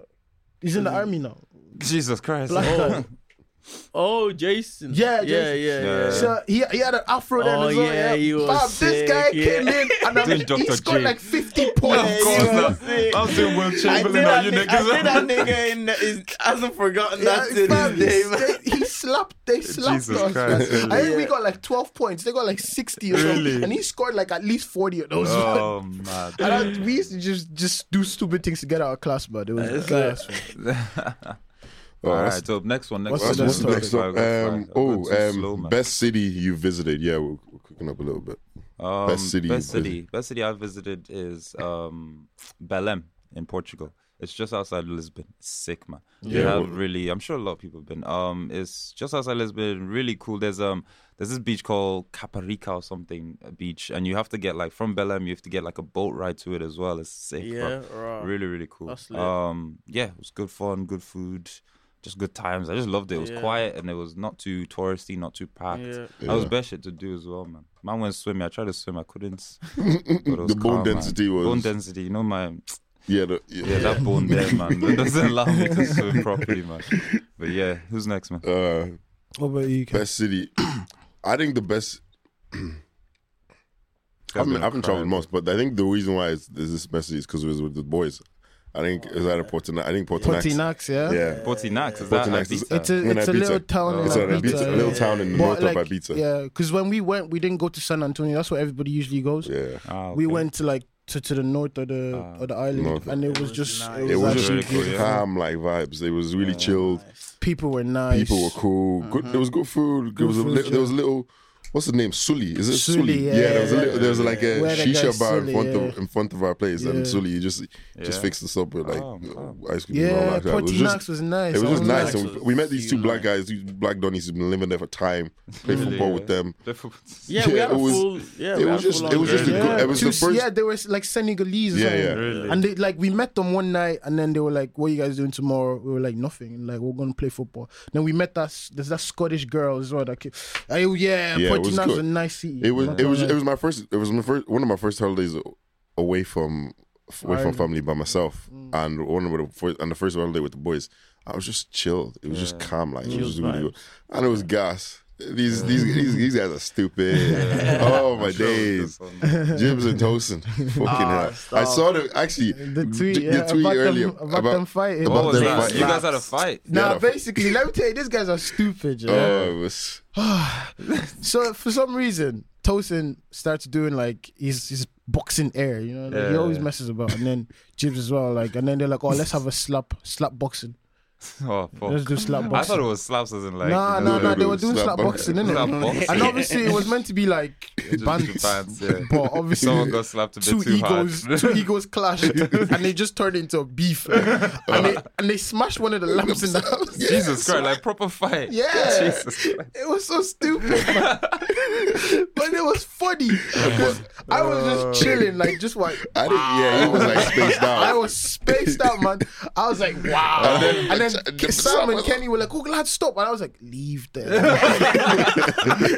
he's in the army now. Jesus Christ. Black Oh. guy. Oh, Jason. yeah, Yeah, Jason. yeah, Yeah. yeah. So he, he had an afro then Oh, as well. yeah, Yeah, he was Fam, This sick, guy yeah. came in *laughs* and I Then mean, he Dr. scored J. like 50 Of points. course Yeah. not. I was doing Will I did Chamberlain on that, you ni- I niggas. *laughs* did that nigga in, is, hasn't forgotten Yeah, that to fam, this day, man. they- he slapped. *laughs* They slapped Jesus us. Christ, man. I think we really? got like twelve points. They got like sixty or something, Really? and he scored like at least forty of those. Oh, man. *laughs* And I, we used to just just do stupid things to get out of class, but it was class. Oh, All right, that's- so next one, next what's one. the What's next the next Sorry, up? sorry, Um, I've gone too slow, oh, um, man. best city you visited. Yeah, we're, we're cooking up a little bit. Um, Best city Best you've city. Best city I've visited is um, Belém in Portugal. It's just outside Lisbon. It's sick, man. Yeah, Yeah, what- really. I'm sure a lot of people have been. Um, it's just outside Lisbon. Really cool. There's um, there's this beach called Caparica or something a beach, and you have to get like from Belém, you have to get like a boat ride to it as well. It's sick. Yeah, bro. right. really, really cool. That's lit. Um, yeah, it was good fun, good food. Just good times. I just loved it. It was Yeah. quiet and it was not too touristy, not too packed. Yeah. That was Yeah. best shit to do as well, man. Man went swimming. I tried to swim. I *laughs* couldn't. The bone density was. Bone density. You know my Yeah, the, yeah. yeah, that bone there, *laughs* man. That doesn't allow me to swim properly, man. But yeah, who's next, man? Uh, What about you? best city. *clears throat* I think the best. I Guys haven't, I gonna haven't cry. traveled much, but I think the reason why it's, there's this message is because it was with the boys. I think it was out of Portinax. I think Portinax. Portinax, yeah. Yeah. Fortinax is that? Fortinax is- Ibiza? It's a In it's a Ibiza. little town. in It's an Ibiza, Ibiza, a little yeah. town in the But north like, of Ibiza. Yeah. Yeah, because when we went, we didn't go to San Antonio. That's where everybody usually goes. Ah, okay. We *laughs* went to like to, to the north of the of the island, Uh, North. and it was just nice. It was just really cool, yeah. calm, like vibes. It was really chilled. people were nice. Mm-hmm. People were cool. Good. There was good food. there was a food, little, yeah. there was a little. What's the name? Suli. Is it Suli, Suli? yeah, there was a yeah, little. There was like a Where the shisha guy's bar in Suli, front of yeah. in front of our place, Yeah. and Suli, you just just Yeah. fixed us up with like Oh, wow. ice cream and all Yeah, that. crap. It was Portinax just- was, nice. It was I just was nice. like- And we, we met these two black guys, these black donnies who've been living there for time, played Really, football yeah. with them. Yeah, we Yeah, had it a was- full. Yeah, it we had was a just- full it was on just a journey. good- it was the Two- first- Yeah, they were like Senegalese. or Yeah, something. yeah. Really? And they like we met them one night, and then they were like, "What are you guys doing tomorrow?" We were like, "Nothing." And, like we're gonna play football. Then we met that there's that Scottish girl as well. That came, oh yeah, Yeah, it was Portinax good. was a nice city. It was Not it was gonna it lie. was my first it was my first one of my first holidays away from away from Ireland. Mm. family by myself and one of the first, and the first holiday with the boys. I was just chilled. It was just calm, like it was just really good. And it was gas. These these these these guys are stupid. *laughs* Oh *laughs* my days. Jibs and Tosin. Fucking hell. I saw the actually Ah, the tweet, the, yeah, tweet about earlier them, about, them fighting. about What was them that? fighting. You guys had a fight. Nah, Yeah, that- basically, let me tell you, these guys are stupid. Yeah? Oh, it was So for some reason, Tosin starts doing like he's he's boxing air, you know. Like, He Yeah. always messes about, and then Jibs as well. Like, and then they're like, "Oh, let's have a slap slap boxing. Oh, fuck. Let's do slap I boxing." thought it was slaps as in like. nah, you nah, know, nah. like, They were doing slap slap, boxing, boxing. innit? Slap boxing. And obviously, it was meant to be like *laughs* just the bands, bands, yeah. *laughs* but obviously, Someone got slapped a bit two too egos, *laughs* hard. two egos clashed, and they just turned into *laughs* a beef, and they and they smashed one of the lamps in the house. Jesus Christ, like proper fight. Yeah. Jesus *laughs* Christ. It was so *laughs* stupid, man. but it was funny because I was just chilling, like just like *laughs* I didn't. Yeah, he was Oh. like spaced out. I was spaced out, man. I was like, wow. And then, And then and Ch- K- the- Sam and Sam- Kenny were like, "Oh, lad, stop!" And I was like, "Leave there."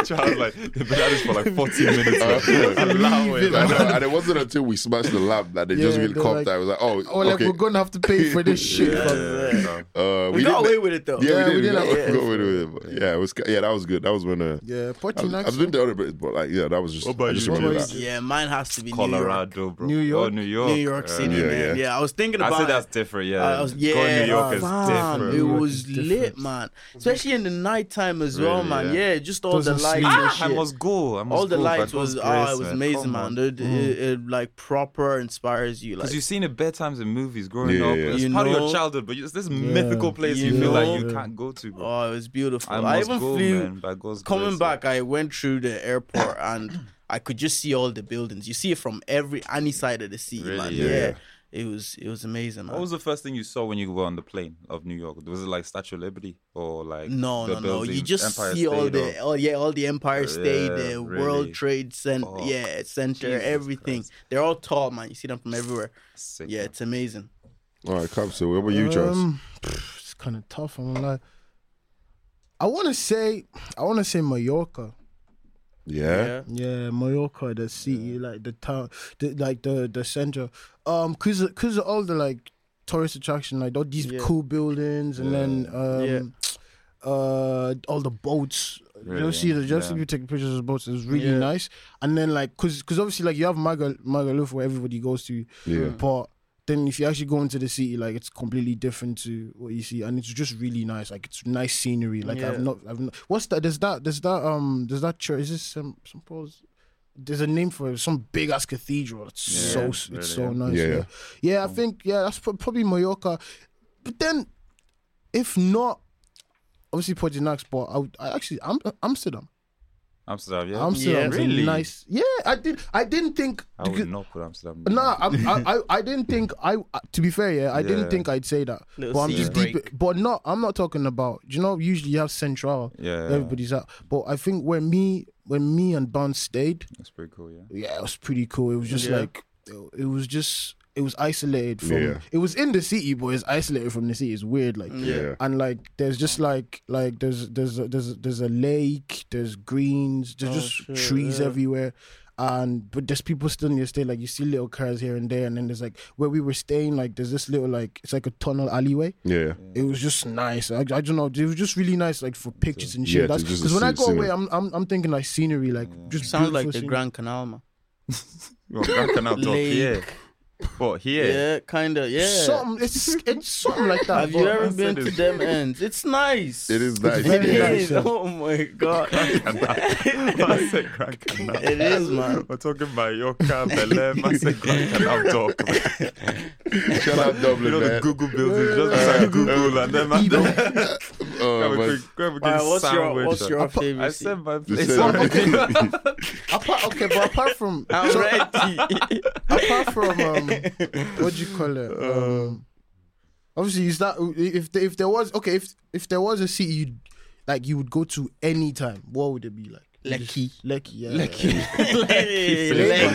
Child, like, they've been at this for like 40 minutes. *laughs* Uh, man. Allow it, I man. know, *laughs* and it wasn't until we smashed the lamp that they just Yeah, really they're copped like- that. I was like, oh, or like, okay. we're gonna have to pay for *laughs* this shit. Yeah, fam." no. uh, We, got away with it though. Yeah, Yeah, we did. we did not have- go with it, but yeah, it was. Yeah, that was good. That was when uh, Yeah, I Porty was, I've Knox. been to other places, but like, yeah, that was just. What about I just you? remember What that. about Yeah, mine has to be Colorado, bro. New York? Oh, New New York. York, New York Uh, City, yeah, man. yeah. Yeah, I was thinking I about. said it. that's different, yeah. I was, yeah, Going to New York fam, is It different. York was is different. lit, man. Especially in the nighttime as Really, well, man. yeah. Yeah, just all the Doesn't lights. sleep. and Ah, I shit. must go. I must all the go, lights but was God's oh, grace, it was man. amazing, Come on. Mm. man. It, it, it, like proper inspires you, like Because you've seen it bedtimes in movies growing Yeah, up. yeah. It's You part of your know? childhood, but it's this mythical place you, You feel like know? you can't go to. Bro. oh, it was beautiful. I I, must even go, flew man. By God's coming grace, back. I went through the *coughs* airport and I could just see all the buildings. You see it from every any side of the sea, Really? man. Yeah. Yeah. it was it was amazing, man. What was the first thing you saw when you were on the plane of New York? Was it like Statue of Liberty or like no, the no, no. You buildings, just Empire see all State the oh yeah, all the Empire State, Yeah, the really. World Trade Center, Fuck. yeah, center, Jesus everything. Christ. They're all tall, man. You see them from everywhere. or- Sick, Yeah, man. it's amazing. All right, come. So, what about you, Charles? Um, pff, it's kind of tough. I'm like, I want to say, I want to say Mallorca. yeah. Yeah, Mallorca, the city, like the town, the, like the the center. Um, cause cause of all the like tourist attraction, like all these Yeah. cool buildings, and then um, uh, all the boats. You Really, don't see the just yeah. you take pictures of the boats. It's really Yeah. nice. And then like, cause cause obviously like you have Magal Magaluf where everybody goes to, Yeah. but. Then if you actually go into the city, like it's completely different to what you see, and it's just really nice. Like it's nice scenery. Like Yeah. I've not, I've not. What's that? There's that. There's that. Um. There's that church. Is this some some Paul's? there's a name for it. Some big ass cathedral. It's Yeah, so it's really, so yeah. Um, nice. Yeah, Yeah. yeah. yeah, I think yeah, that's pro- probably Mallorca. But then, if not, obviously Podinax, but I, would, I actually Am- Amsterdam. Amsterdam, yeah. Amsterdam's Yeah. Really? a nice. Yeah, I did. I didn't think. I would because- not put Amsterdam. *laughs* no, I, I, I, I didn't think I. uh, To be fair, yeah, I Yeah. didn't think I'd say that. Little but I'm sea just deep. break. But not. I'm not talking about. You know, usually you have Central. Yeah. everybody's at. But I think when me, when me and Don stayed, That's pretty cool, yeah. yeah, it was pretty cool. It was just Yeah. like it- it was just it was isolated from. Yeah. It was in the city, but it's isolated from the city. It's weird, like Yeah. and like there's just like like there's there's a, there's a- there's a lake, there's greens, there's Oh, just shit, trees yeah. everywhere. And but there's people still in your stay, like you see little cars here and there, and then there's like where we were staying, like there's this little like it's like a tunnel alleyway, Yeah. it was just nice. I, I don't know. It was just really nice, like for pictures and Yeah, shit. That's to just because when I see go scenery. away, I'm, I'm I'm thinking like scenery, like just Sounds like beautiful the scenery. Grand Canal, man. Well, Grand Canal talk Lake. here. But Yeah, here, kind of. Yeah. Something it's it's something like that. Have but- you ever That's been it to is- them ends? It's nice. It is It's nice. It very Yeah. nice, is. yeah. Oh my *laughs* god. *laughs* I said Grand Canal. it is, man. We're talking about your car, Belém. I said *laughs* Grand Canal talk. man. Shout *laughs* out You Dublin, know the man. Google buildings, just beside Google, and then man, Even- *laughs* Uh, grab a but- quick- grab a All right, what's quick your sandwich. what's your favorite? I seat? said my The place. same. already. *laughs* apart, okay, but apart *laughs* from I'm so, ready. apart *laughs* from um, what do you call it? Uh. Um, obviously, is that if there- if there was okay if if there was a city you like you would go to any time, what would it be like? Lekki. Lekki, yeah. Lady,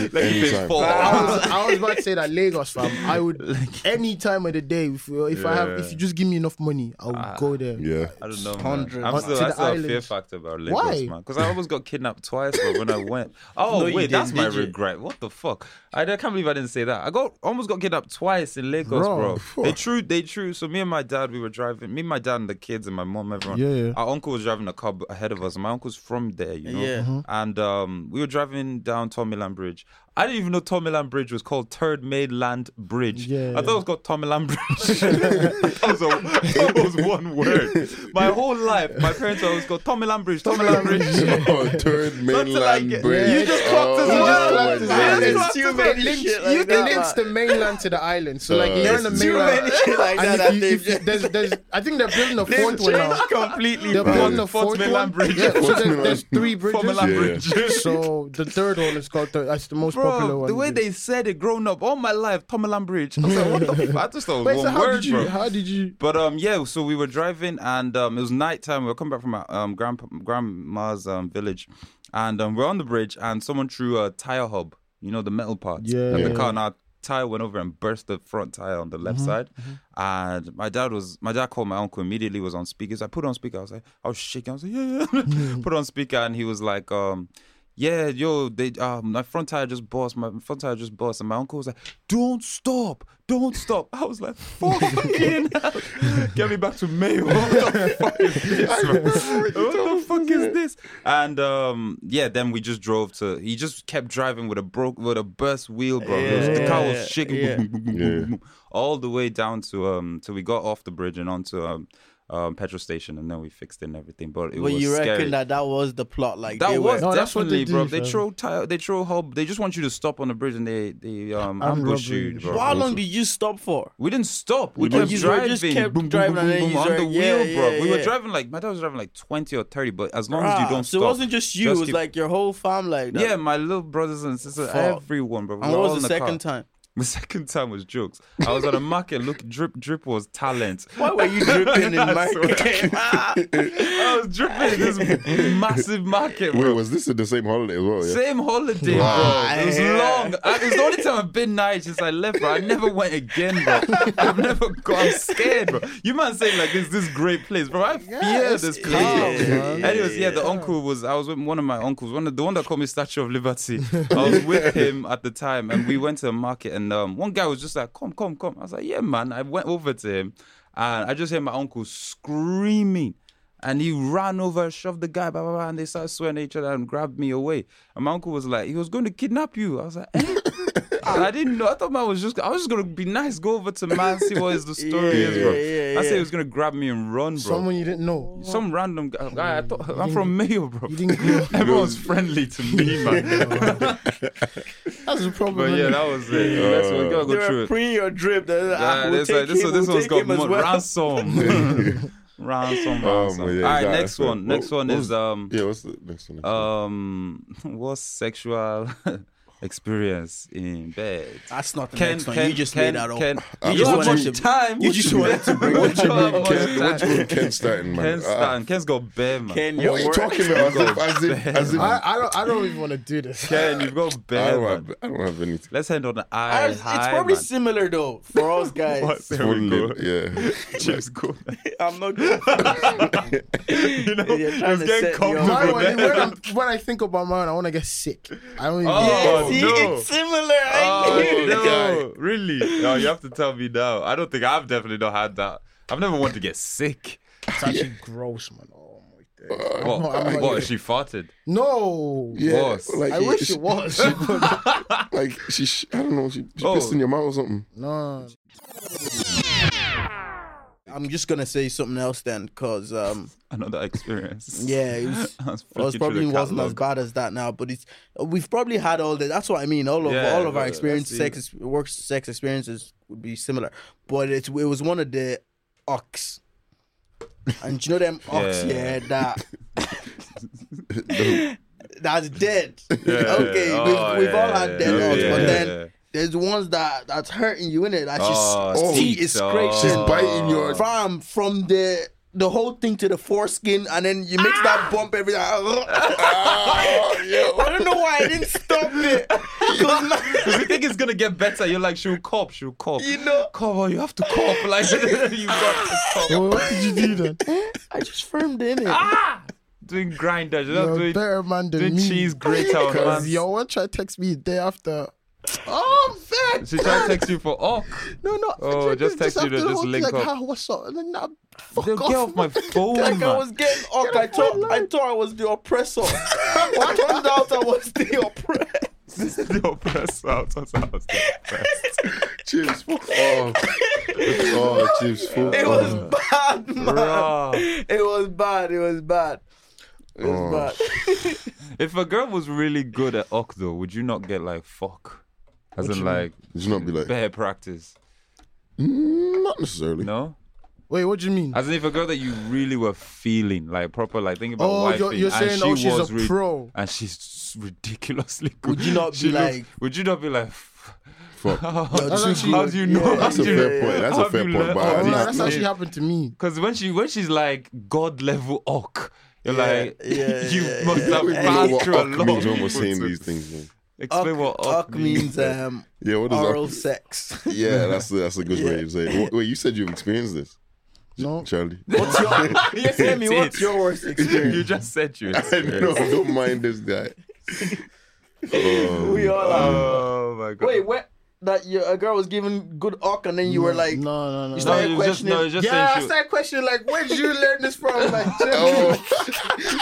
Like you Anytime. said, four. I was, I was about to say that Lagos, fam. I would any time of the day if if I have if you just give me enough money, I would go *laughs* there. Yeah. *laughs* I don't know. Hundred. Man. I'm On- still, to I the still have fear islands. factor about Lagos, Why? man. Because I almost got kidnapped twice, but when I *laughs* went, oh No, you wait, that's didn't, my did you? regret. What the fuck? I, don't- can't believe I didn't say that. I got almost got kidnapped twice in Lagos, Bro, bro. fuck. They true, they true. So me and my dad, we were driving. Me, and my dad, and the kids, and my mom, everyone. Yeah, yeah. Our uncle was driving a car b- ahead of us. My uncle's from there, you know. Yeah. Mm-hmm. Mhm. And um, we were driving down Tommyland Bridge. I didn't even know Tommyland Bridge was called Third Mainland Bridge. Yeah, I thought it was called Tommyland Bridge. *laughs* that, was a, that was one word. My whole life, my parents always go Tommyland Bridge, Tommyland *laughs* Bridge. Oh, Third mainland get- bridge. You just clocked as Oh, well. my You just days. clocked It's too many shit like you that, can link man. the mainland to the island, so like Uh, you're in the it's Too many mainland. shit like that. And that if you, they've if you, just there's, there's, I think they're building a fourth they've one *laughs* now. changed completely. They're bro. building a Fort fourth Mainland one. Bridge. Yeah, so Fort there's, Mainland- there's three Fort bridges. Mainland Yeah. Bridge. So the third one is called. The, that's the most popular Bro, one. the way they said it growing up all my life, Tommyland Bridge. I was like, what *laughs* the fuck? I just thought it was Wait, so one how word, did you? bro. How did you? But um, yeah, so we were driving and um, it was nighttime. We were coming back from our um, grandpa, grandma's um, village, and um, we're on the bridge and someone threw a tire hub. You know the metal part. Yeah. Of the Yeah. Mm-hmm, car and our tire went over and burst the front tire on the left side. And my dad was my dad called my uncle immediately was on speakers. I put on speaker. I was like, I was shaking. I was like, yeah, *laughs* yeah. put on speaker, and he was like, um. Yeah, yo, they um, my front tire just burst. My front tire just burst, and my uncle was like, "Don't stop, don't stop." I *laughs* was like, "Fucking hell. *laughs* get me back to Mayo." What the fuck is this? man? what the fuck is this? And um, yeah, then we just drove to. He just kept driving with a broke, with a burst wheel, bro. It was- the car Yeah, was shaking yeah. Yeah. all the way down to um, till we got off the bridge and onto um, um petrol station, and then we fixed it and everything. But it But was you reckon scary. that that was the plot? Like That they was were, No, that's what definitely, they do, bro. They fam. throw tire, they throw hub. They just want you to stop on the bridge and they they um And ambush robbery. you, bro. Well, how long did you stop for? We didn't stop. We But kept you were driving. just kept driving and then you on the started- yeah, wheel, bro. yeah, we were yeah. driving like my dad was driving like twenty or thirty, but as long as you Ah, don't so stop. it wasn't just you. Just it was keep- like your whole family. Like that. yeah, my little brothers and sisters, Fuck. everyone, bro. We And were what all was the in the car. second time? *laughs* The second time was jokes. I was on a market. Look, drip, drip was talent. Why were you dripping in *laughs* my? *laughs* I was dripping in this massive market, bro. Wait, was this the same holiday as well? Yeah? Same holiday, bro. It was long. I, it's the only time I've been nice since I left, bro. I never went again, bro. I've never gone. I'm scared, bro. You man saying like this, this great place, bro. I fear this place. calm, man. Anyways, yeah, the uncle was. I was with one of my uncles, one of the one that called me Statue of Liberty. I *laughs* was with him at the time, and we went to the market, and um, one guy was just like, "Come, come, come." I was like, "Yeah, man." I went over to him, and I just hear my uncle screaming. And he ran over, shoved the guy, blah, blah, blah, and they started swearing at each other and grabbed me away. And my uncle was like, he was going to kidnap you. I was like, *laughs* eh? And I didn't know. I thought man was just, I was just going to be nice, go over to man, *laughs* see what is the story Yeah, is, bro. yeah, yeah, I said yeah. he was going to grab me and run, bro. Someone you didn't know. Some random guy. guy I thought, I'm from Mayo, bro. *laughs* You didn't grow. Everyone's friendly to me, man. That's the problem. but yeah, innit? that was it. Uh, so we gotta They go through were it. pre or drip. That, ah, Yeah, we'll this, one- take this, him, one- this we'll one's take got him as mo- well. ransom. ransom, ransom. Um, yeah, All right, exactly. next one. What- Next one what is was- um Yeah, what's the next one? *laughs* um what's sexual experience in bed? That's not the Ken, next one. Ken, you just Ken, made that up. Ken, You just you just wanted want to- time. you just wanted to bring- What you *laughs* Ken, want much what you time? mean Ken Stanton, man? Ken Uh, Stan. Ken's got bear, man. Ken, what your are you work. talking about? As if, as if, as if I, I don't. I don't even want to do this. *laughs* Ken, you've got I, bear, don't man. have, I don't have anything. Let's end on the I- eye. It's high, probably *laughs* man. similar though for *laughs* us guys. There we go. Yeah. Cheers, go. *laughs* I'm not. Oh, Good. *laughs* *laughs* you know, You're trying it's to getting set me up. Mine, comfortable. when, there. when, I'm, when I think about mine, I want to get sick. I don't even. Oh, See, no. it's similar. *laughs* I knew. *laughs* Oh the no! Really? No, you have to tell me now. I don't think I've definitely not had that. I've never wanted to get *laughs* sick. It's actually gross, man. Oh my god. What? not- I'm not what? even- She farted. No. Yeah, Was. like, I she- *laughs* wish she- it was. Like she, sh I don't know, she, she Oh. pissed in your mouth or something. no. I'm just gonna say something else then, because um, Another experience. *laughs* yeah, it *laughs* was, That's it was flicking probably through the wasn't as catalog. bad as that now, but it's we've probably had all this. That's what I mean. All of Yeah, all of but our experience, that's sex work, sex experiences would be similar, but it's it was one of the ox, and you know *laughs* them ox, Yeah. yeah, *laughs* that. That's dead. okay, yeah. we've, Oh, we've all yeah, had yeah, dead yeah, ox, but yeah, then yeah. there's ones that that's hurting you in it. That Oh, just see teeth, is oh. scratching She's biting your. from from the the whole thing to the foreskin, and then you mix that bump every time. Ah, I don't know why I didn't stop it. 'Cause *laughs* now- Because you think it's gonna get better, you're like, she'll cop, she'll cop. You know- cop. Oh, you have to cop. Like, *laughs* you got to *laughs* cop. Well, what did you do then? I just firmed in it. Ah! Doing grinders, you're not You're a doing, better man than doing me. cheese grater on Cause man. your one tried to text me the day after. Oh, man. She tried to text you for *laughs* oh, No, no. Oh, just text you to after the just whole thing, link like, up. "Ah, what's up? And then, nah, fuck get off. off my *laughs* phone, Like I man. was getting up. I thought I thought I was the oppressor. *laughs* but turns out I was the *laughs* oppressed. This is the oppressor. I was I was the oppressed. Chips, fuck off. *laughs* Oh, chips, fuck It was off. bad, man. Bruh. It was bad. It was bad. It was Oh. bad. If a girl was really good at ok though, would you not get like fuck? As in like Did you not be like, bare practice? mm, not necessarily. No? Wait, what do you mean? As in if a girl that you really were feeling, like proper like think about Oh, wifey, you're- you're and saying, she oh, was she's a pro. And she's ridiculously good. Would you not She be looks- like- would you not be like *laughs* fuck? That's actually- How do you know? yeah, how That's a do you- fair point. That's how a have fair you point. learned but all I Oh, these no, didn't- that's actually happened to me. Because when she when she's like god level ok, you're Yeah, like yeah, *laughs* you yeah, must I have don't even know passed what through a fuck lot. means of when we're people saying to- these things. Man. Explain what eh? Uck means um, Yeah, what is oral that? sex. *laughs* *laughs* Yeah, that's that's a good way of saying. it. Wait, Wait, you said you've experienced this, No. Charlie? What's your, yes, Sammy, It is. what's your worst experience? *laughs* you just said you. I know. Don't mind this guy. we all are. Oh my god. Wait, what? That you, a girl was giving good uck and then you were like, no, no, no. you No, started it was just questioning. no, it was just yeah, I saying she- started questioning like, where did you learn this from? *laughs* Like, Oh,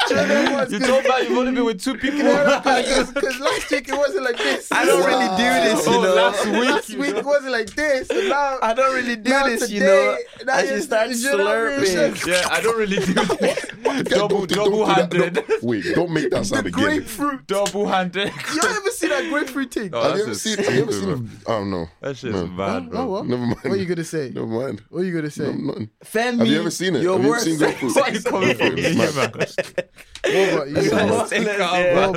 children was You told me you've only been with two people. because last week it wasn't like this. I don't really do this, you Oh, know. last week, last you week know. it wasn't like this. and now I don't really do now this, you today, know. now I you- just start you know what I mean? slurping. *laughs* yeah, I don't really do *laughs* this. guy, double don't do- don't do double that. handed. Don't- Wait, don't make that sound again. Grapefruit. Double handed. You ever see that grapefruit thing? Oh, that's Have you ever just seen? Have you ever stupid, bro. seen? I don't know. That shit's No. bad, No, bro. what? Never mind. Oh, What are you gonna say? Never mind. What are you gonna say? No, nothing. Fend Have me you *laughs* ever seen it? Your Have you ever worst seen grapefruit? sex- It's coming from It's me, mad. man. What *laughs* about Come you? Sam? on, Take let's out, hear man.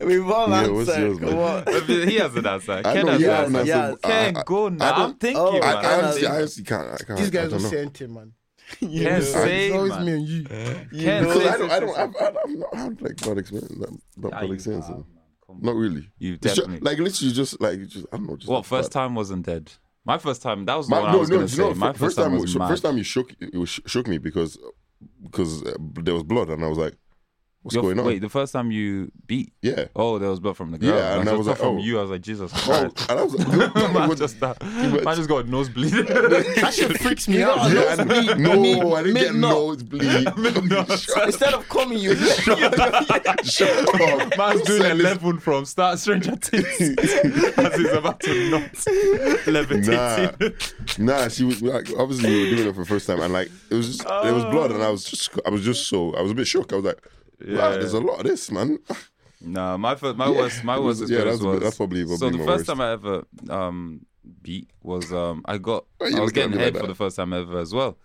it. We've all Yeah, what's answered. yours, Come man? on. He has an answer. I Ken know has you yeah, an have an answer. answer. yeah. I- Ken, I- go now. don't- I'm thinking. Oh, man. I, I I can't honestly, answer. I honestly can't. I can't. These I guys are don't know. same man. You Ken, know. say, it's always man. me and you. Ken, know. Because say, I don't, say, I don't, say, I've, I've, I've not had like bad experience, that, that Ah, bad you experience. have, though. man. Come on. Not really. You It's just, definitely. like literally just like just I don't know. Just What first bad. time wasn't dead? My first time. That was My, what I no, was no, gonna you say. know, My first, first time, was was- mad. first time you shook, it was, shook me because because uh, there was blood and I was like, what's Your- going on? Wait, the first time you beat. *laughs* Yeah. Oh, there was blood from the girl. Yeah, and I so was it's like, not from oh. you. I was like, Jesus *laughs* Oh, Christ. and I was *laughs* like, man, just that. Man just got a *laughs* nosebleed. That shit freaks me You out. got a yeah, and- nosebleed. no, Me- I didn't me- get no. nosebleed. *laughs* Instead of coming, you *laughs* Shut *laughs* up. Man's Don't doing send this- 11 from Start *laughs* Stranger Things *laughs* as he's about to not Nah, levitate. nah. She was like, obviously we were doing it for the first time, and like it was, just, it was blood, and I was just, I was just so, I was a bit shook. I was like, Yeah. wow, there's a lot of this, man. *laughs* *laughs* Nah, my first, my worst, my It was- worst yeah, experience that's- was that's probably what so the be my first worst. time I ever um beat was um I got Why Oh, you I was looking at getting me like head that? for the first time ever as well,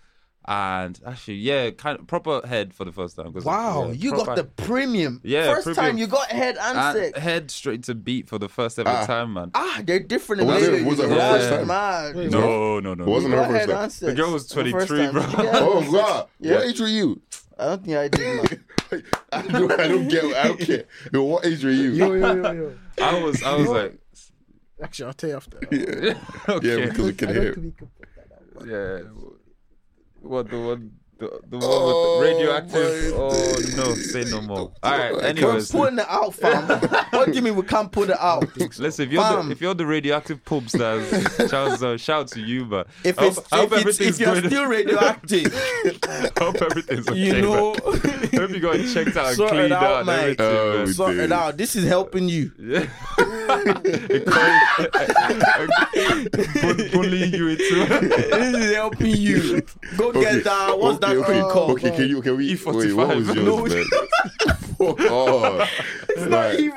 and actually yeah, kind of proper head for the first time. 'cause, Wow, yeah, you proper- got the premium. Yeah, First premium. time you got head and, and sex. head straight to beat for the first ever Ah. time, man. Ah, they're different. in Was nature, it- was you it her know. first Yeah, time? Man. Wait, No, no, no, It no. wasn't her Got first head time. and sex The girl was for the first 23, time. bro. Did you get head *laughs* *laughs* Oh and sex? God, Yeah. what age were you? I don't think I did. *laughs* Man. I don't, I don't get, I don't care. Yo, what age were you? Yo, yo, yo, yo. I was, I was like, Actually, I'll tell you after. yeah, *laughs* okay, because we can I hear. don't it. think we could put that out. *laughs* yeah. What the one, the, the one Oh, with the radioactive? my Oh no, say no more. All right, We're anyways. putting it out, *laughs* fam. what do you mean we can't put it out? Listen, if you're Fam. the, if you're the radioactive poop stars, *laughs* shout uh, shout to you, but If, I hope, it's, I hope if, it's, everything's if you're good. still *laughs* radioactive, *laughs* I hope everything's *laughs* okay. you know, but *laughs* I hope you got it checked out and Sort it cleaned out, out, and mate. everything. Oh, man. we sort it did. out. This is helping *laughs* you. Bu- bullying *laughs* you *laughs* into this is helping you. Go Okay. get that. What's okay, that okay, thing called? Okay, can you can we E45. wait? What was No, yours, man? Fuck off. Right.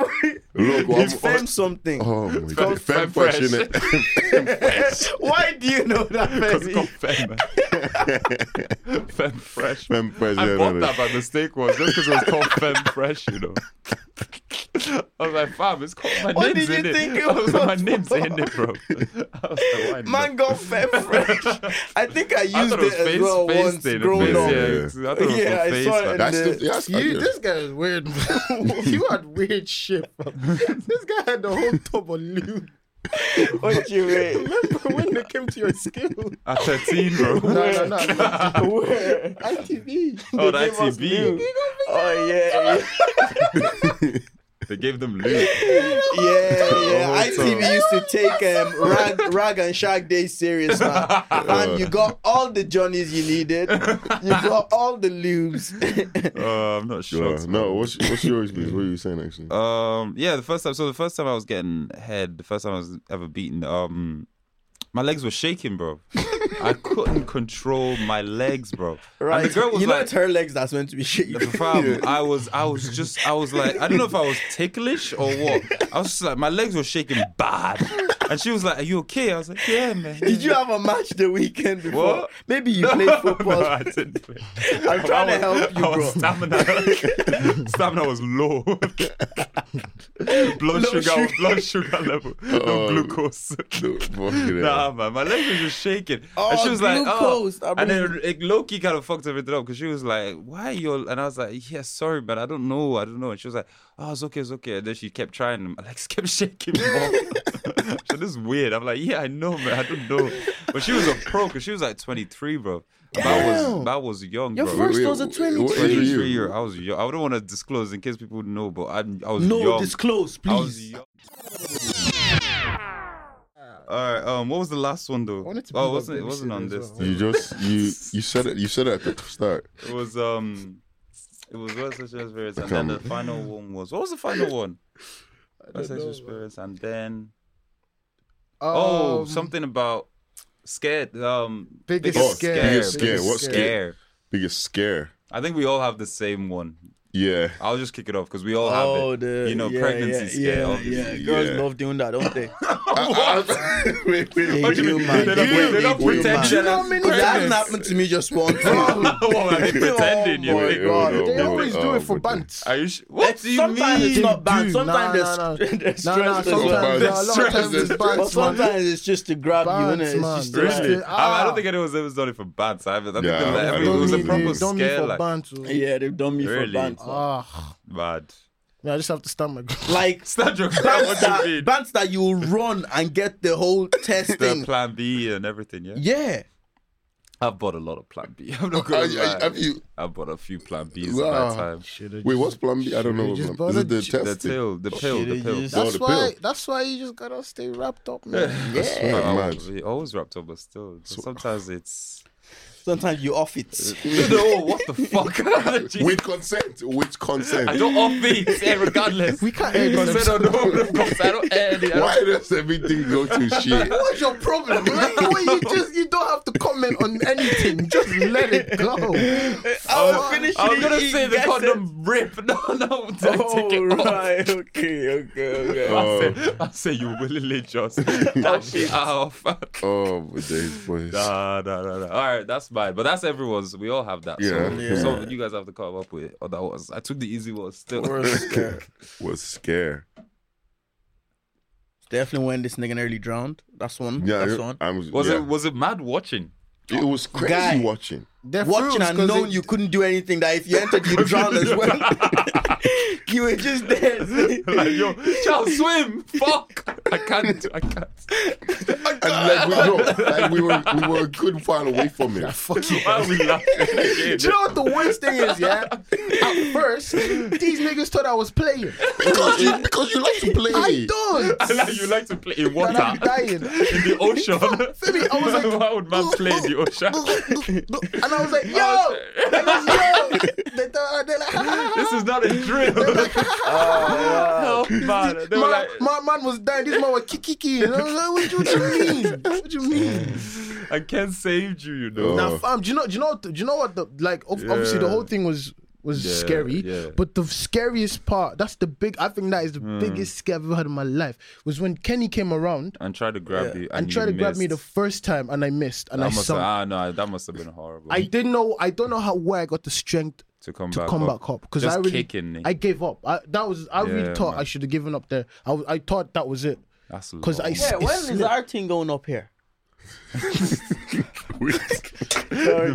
Look, I'm- It's fem something. Oh my called god, Femme femme fresh in it. *laughs* *laughs* Why do you know *laughs* that? because Femi? it's called Femme. *laughs* man. *laughs* Femme Fresh. Femme fresh I in bought it. that by mistake once just because it was called Femme Fresh, *laughs* you know. I was like, fam, it's called my What name's did you in it. think it *laughs* I was like, my was name's in it, bro. *laughs* I was like, *laughs* why not? Mango Fem Fresh. I think I used I thought it was it as face, well face once thing, growing face, up. Yeah, I thought it was Yeah, for I face, saw it man. in That's the, the- that's You, Oh, yeah. this guy is weird. *laughs* you had weird shit. fam. this guy had the whole tub of lube. What you mean? *laughs* Remember when they came to your skill? At *laughs* 13, bro. No, no, no. Where? ITV. *laughs* oh, They that's gave us TB. lube. Oh yeah, They gave them loot. yeah, yeah. Oh, ITV used to take um, rag, rag and shag day serious, *laughs* man. And you got all the johnnies you needed. You got all the lubes. Uh, I'm not sure. Uh, no, what's what's yours, please? What are you saying actually? Um, yeah, the first time. So the first time I was getting head, the first time I was ever beaten. Um, my legs were shaking, *laughs* bro. I couldn't control my legs, bro. right. And the girl was you know like, it's her legs that's meant to be shaking. *laughs* Fam, I was, I was just, I was like, I don't know if I was ticklish or what. I was just like, my legs were shaking bad, and she was like, "Are you okay?" I was like, "Yeah, man." Did you have a match the weekend before? What? Maybe you played football. *laughs* no, I didn't play. *laughs* I'm trying to was- help you, I bro. was Stamina, *laughs* stamina was low. blood Low sugar, sugar. blood sugar level, no Oh. glucose. *laughs* No, fuck it, Nah, man, my legs were just shaking. and Oh, she was like, glucose, I oh. And believe then it, Loki kind of fucked everything up because she was like, why are you all-" And I was like, yeah, sorry, but I don't know. I don't know. And she was like, oh, it's okay, it's okay. And then she kept trying *laughs* them. Alex kept shaking me *laughs* off. so this is weird. I'm like, yeah, I know, man. I don't know. But she was a pro because she was like 23, bro. But I was, I was young, Your bro. first wait, was at wait, what age were 23. you? Three year, I was young. I don't want to disclose in case people know, but I, I *laughs* was No, young. disclose, I was please. young. All right. Um, what was the last one though? wanted to oh, be wasn't like it? Wasn't on babysitter this. as You just you you said it. You said it at the start. It was um, it was what's such experience, and Okay, then the I'm- final one was what was the final *laughs* one? What's such experience, and then oh Um, something about scared um Biggest Oh, scare, biggest scare, what scare? Biggest scare. I think we all have the same one. Yeah. I'll just kick it off because we all have Oh, it. the you know, yeah, pregnancy yeah, scare. Yeah, obviously. yeah. Girls yeah. love doing that, don't *laughs* they? *laughs* I- I- wait, wait, They wait. do, man. They don't- They they don't do, man. Do pretend you that know how I'm many But that hasn't pregnant. happened to me just once. *laughs* bro. Oh, man, they pretending, you my think? God. Oh, no, They oh, always oh, do it for but- bants. Are you sh- what do you sometimes mean? it's not bad. Dude, Sometimes nah, nah, there's, there's Nah, *laughs* stress as nah, well. sometimes, yeah, a lot of Stress times is- it's But bants, man. sometimes *laughs* it's just to grab you, Bats, innest? man. It's just to, Really? like, Really? I, I don't Ah. think anyone was ever done it for bats. I, I think Yeah, they- I- I every- don't it was a mean- proper don't Dummy scare, for like bants, oh. *laughs* yeah, they've done me Really? for bands. man. Ah, bad. *laughs* yeah, I just have to stand my ground. *laughs* Like Stand your ground. bands What do you that, mean? bands that you will run and get the whole The testing. plan B and everything. Yeah, Yeah. I've bought a lot of plan B. *laughs* I'm not I, gonna lie. I, ah, have you? I bought a few plan Bs Wow. at that time. Wait, what's Plan B? I don't know. You just Plan- Is it the The bought test? thing? pill, the pill, the Shit, pill. you just- Oh, That's the why. pill. That's why you just gotta stay wrapped up, man. That's Yeah. right, I mad. was- it always wrapped up, but still. So *sighs* sometimes it's. Sometimes you off *laughs* it. no, what the fuck? *laughs* Jeez. With consent. With I consent. don't off it, eh, regardless. We can't air this Consent or no, no consent, I don't air it. I don't- Why does everything go to shit? *laughs* What's your *laughs* problem? Like, what, you just you don't have to comment on anything. Just let it go. I was finishing I'm Oh, gonna it, say the guys. condom rip. *laughs* No, no, take take Oh, it off. right. Okay, *laughs* okay, okay. Oh. I say, I say you *laughs* willingly just dash it off. *laughs* Oh, my days, boys. Nah, nah, nah, nah. All right, that's mine. But that's everyone's. We all have that. So, Yeah. so you guys have to come up with other ones. I took the easy one still. *laughs* Worst scare. Was scare. Definitely when this nigga nearly drowned. That's one. Yeah, that's I- one. I'm, Was yeah. it was it *laughs* mad watching? It was crazy Guy. watching. They're Watching fools and 'cause knowing they- you couldn't do anything, that if you entered, *laughs* you'd drown as well. *laughs* you were just there. *laughs* Like yo, child, swim. Fuck, I can't. I can't. And like we, no, like we were, we were a good while away from it. Fuck you. Why are we *laughs* laughing again? Do you know what the worst thing is, yeah? At first, these niggas thought I was playing. because you, because you like to play. I *laughs* don't. I like you like to play in water, And I'm dying. *laughs* in the ocean. me, I was *laughs* like, why would man play in the ocean? And I was like, yo, I was, yo. They thought- They're like, *laughs* ha, ha, ha. this is not a drill. oh, man. They were My, like, my man was dying. This man was kikiki. And I was like, what do you, what you mean? What do you mean? I can't save you, you know. Now, fam, do you know? Do you know? Do you know what the like? ob- Obviously, the Yeah. whole thing was was Yeah, scary. yeah. Hmm. But the scariest part, that's the big. I think that is the biggest scare I've ever had in my life. Was when Kenny came around And try to grab you. and, tried to grab me the first time, and I missed, and that I must sunk. ah no, that must have been horrible. I didn't know. I don't know how where I got the strength to come to back come up. back up because Just I really, kicking. I gave up. I, that was. I Yeah, really thought man. I should have given up there. I, w- I thought that was it. That's 'cause I long. *laughs* s- Yeah, when is slipped. our team going up here? in the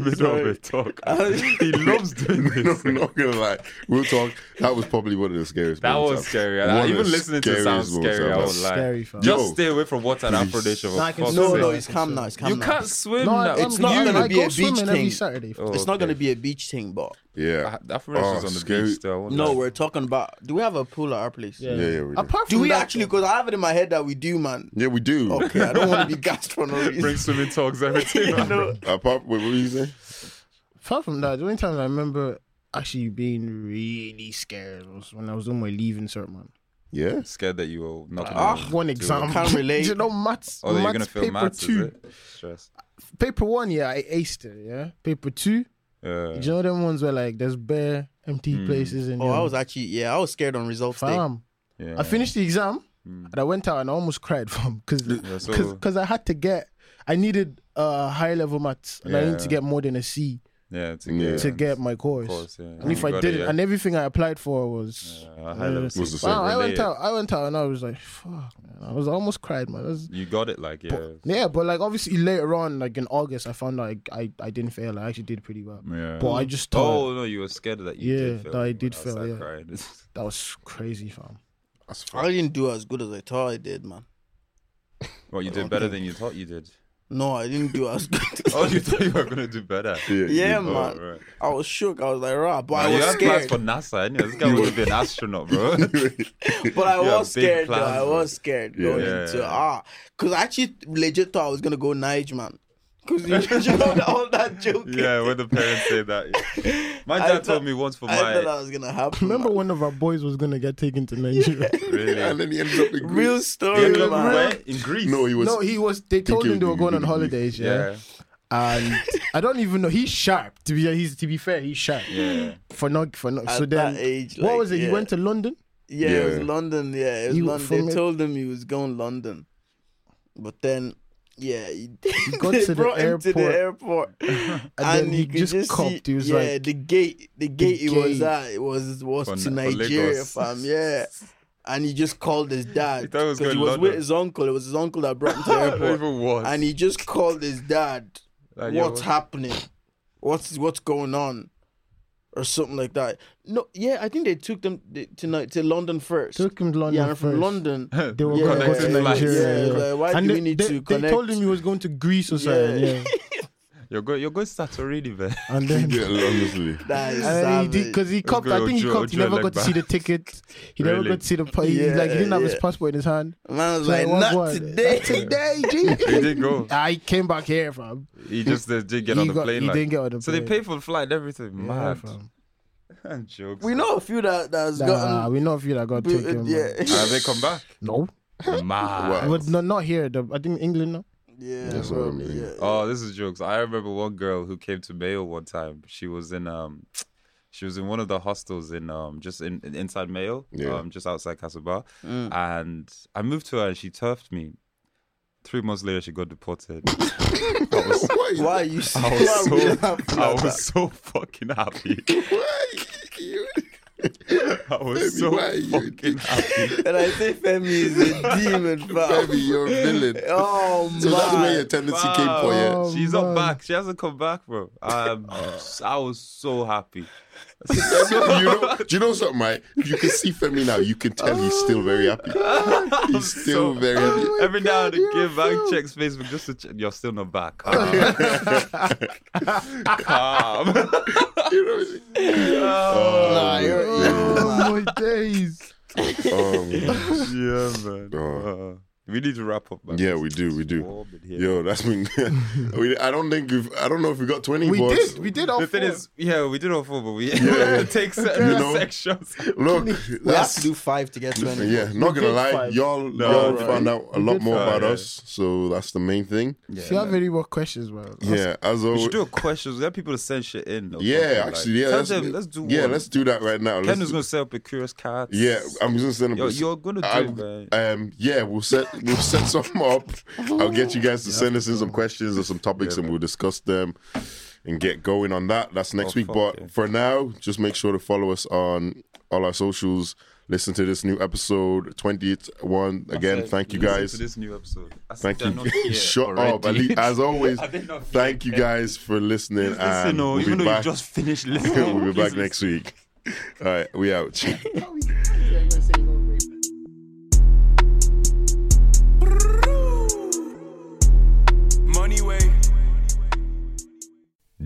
middle of a *laughs* talk. *laughs* he loves doing No, this. I'm not gonna lie. We'll talk. That was probably one of the scariest. That moments was I've- scary. one I, of even the listening to it sounds scariest moments scary. I I've- would lie. Scary, fam. Just Yo. stay away from water and aphrodisiac. Nah, I can for swim. No, fuck's no, sake. it's calm now. It's calm you now. can't swim. No, now. I'm It's not not gonna gonna I be go a beach swimming every thing. Saturday. fam. Oh, It's not gonna okay. be a beach thing, but Yeah. Ah, Aphrodisiac's Oh, on the scary. beach. Still, I won't no, lie. we're talking about. Do we have a pool at our place? Yeah. Yeah, yeah, we do. Apart from Do we that, actually? Because I have it in my head that we do, man. Yeah, we do. *laughs* Okay, I don't want to be *laughs* gassed for no reason. bring swimming talks *laughs* every time. Apart, wait, Uh, what were you saying? apart from that, the only time I remember actually being really scared was when I was on my leaving cert, man. Yeah. Scared that you will not. Ah, gonna- One exam. Can't relate. *laughs* Do you know maths? Oh, that you're maths gonna fail paper maths, two. is it? Stress. Paper one, yeah, I aced it. Yeah, paper two. Yeah. Hmm. Do you know them ones where like there's bare empty places in Oh, your I was actually. Yeah, I was scared on results day. farm. yeah. I finished the exam and I went out and I almost cried *laughs* from because Hmm. so- because I had to get I needed a uh, high level maths and I needed to Yeah. get more than a C yeah, to Yeah. get, to get my course. course, yeah. And if You I got it, didn't, yeah. and everything I applied for was. Yeah, I had a- uh, Was the same. wow, I went Related. out. I went out, and I was like, "Fuck!" Man. I was I almost cried, man. I was- you got it, like yeah, yeah, but like obviously later on, like in August, I found out I I, I didn't fail. I actually did pretty well. yeah. But I Mm. just thought oh no, you were scared that you Yeah, did fail. that I did was fail, like yeah. crying. *laughs* that was crazy, fam. That's I fine. didn't do as good as I thought I did, man. well, you did better than you thought you did. *laughs* No, I didn't do as good. *laughs* Oh, you thought you were gonna do *laughs* better. yeah, you- uh, Oh, man. right. I was shook. I was like, rah, but I you was had plans scared. for NASA, anyway. This guy would have been an astronaut, *laughs* bro. But I you had was big scared, though. plans, I bro. was scared going Yeah. into ah, because I actually legit thought I was gonna go Nige, man. Because you, *laughs* you know that- all that joke. *laughs* *laughs* yeah, when the parents say that. *laughs* yeah. My I dad thought- told me once for I thought my that was gonna happen. *laughs* Remember man. one of our boys was gonna get taken *laughs* to Nigeria? *laughs* really. And then he ended up in real Greece. story, Yeah, man. where? in Greece. No, he was. no, he was. They told him killed they were him. going on He- he- holidays, yeah. yeah. And I don't even know. He's sharp. To be he's to be fair, he's sharp. Yeah. For not for not. At so then, that age, what like, was it? yeah. He went to London. Yeah, it was Yeah. London. Yeah, it was He- London. from They it- told him he was going London, but then yeah, he, *laughs* got they to the brought him to the airport, and, then he you could just see, copped. He was yeah, like- the gate, the gate he was gate. at it was was For to Na- for Nigeria, Lagos. *laughs* fam. Yeah. And he just called his dad thought he was 'cause he going was with London. his uncle. It was his uncle that brought him *laughs* to the airport, Even worse. and he just called his dad Like, yo, what's happening? What's what's going on? Or something like that. No, yeah, I think they took them th- tonight to London first. Took him to London yeah, and from first. *laughs* London. They were Yeah, going to go connecting to flights. Nigeria. Yeah, like, why do and they, we need they, to They told connect? him he was going to Greece or something. Yeah. Yeah. You're going. You're going start already, *laughs* man. And *laughs* then Yeah, honestly. That is And then he savage. did because he copped. I go, think he Ojo- copped. He Ojo never leg got to back. see the ticket. He never Really? got to see the. pa- he- Yeah, like he didn't have his yeah. passport in his hand. Man I was So like, it was not what? today. Today, G. *laughs* He didn't go. I came back here, fam. He just did- didn't get He on the got- plane. he like. didn't get on the So they plane. paid for the flight, and everything. Yeah, Mad. fam. *laughs* Jokes. We know a few that that's Nah, gotten. we know a few that got taken. man. yeah. Have they come back? No, Mad. Wow. but no, not here. The, I think England. No. *laughs* yeah, That's what I probably, mean. yeah. Oh, this is jokes. I remember one girl who came to Mayo one time. She was in um, she was in one of the hostels in um, just in, in- inside Mayo, Yeah. um, just outside Castlebar. Mm. And I moved to her, and she turfed me. Three months later, she got *laughs* deported. *laughs* Why? Why are you so, I *laughs* was why are we so, laughing I at was that? so fucking happy. I was Baby, so why you- fucking happy. And I say Femi is a demon, fam. Baby, you're a villain. *laughs* Oh, man. So that's *laughs* where your tendency came for, yeah. Oh, She's not man. back. She hasn't come back, bro. *laughs* Um, Oh. I was so happy. you know, do you know something, right? If you can see Femi now, you can tell he's still *laughs* very happy. He's still so- very happy. Every now and again, Bank checks Facebook just to check. You're still not back. *laughs* Calm. Calm. You know what I mean? Oh, Nah, you're, Oh my days. Um, *laughs* yeah, man. Oh. Uh, we need to wrap up, man. yeah, we do, we do. Warm in here. Yo, that's been. *laughs* we, I don't think we've. I don't know if we got twenty. We but- did. We did. All The thing four. is, yeah, we did all four, but *laughs* we yeah. take certain You know? sections. Look, We have that's- to do five to get 20. Yeah, not gonna did lie, five. y'all y'all right. found out a lot did more five. about Yeah. us, so that's the main thing. if you have any more questions, man. Yeah, as We always. should do a question. We have people to send shit in. or Yeah, something, like- actually, yeah. Tell let's, them, let's do Yeah, one. let's do that right now. Ken Let's is do- gonna set up a curious cat. yeah, I'm just gonna send them. Yo, you're gonna do it, man. I'm- um, yeah, we'll set we'll set some up. I'll get you guys to send us in some questions or some topics, and we'll discuss them and get going on that. That's next week. Oh, fuck But yeah. for now, just make sure to follow us on all our socials. Listen to this new episode, 20th one. Again, Said, thank you listen guys. To this new episode. I said Thank they're you. not here *laughs* Shut up. already. At *laughs* least, as always, Are they not here? thank you guys for listening. Listen, and no, we'll even be though back. you just finished listening, *laughs* *laughs* we'll be please back next week. All right, we out. Money way.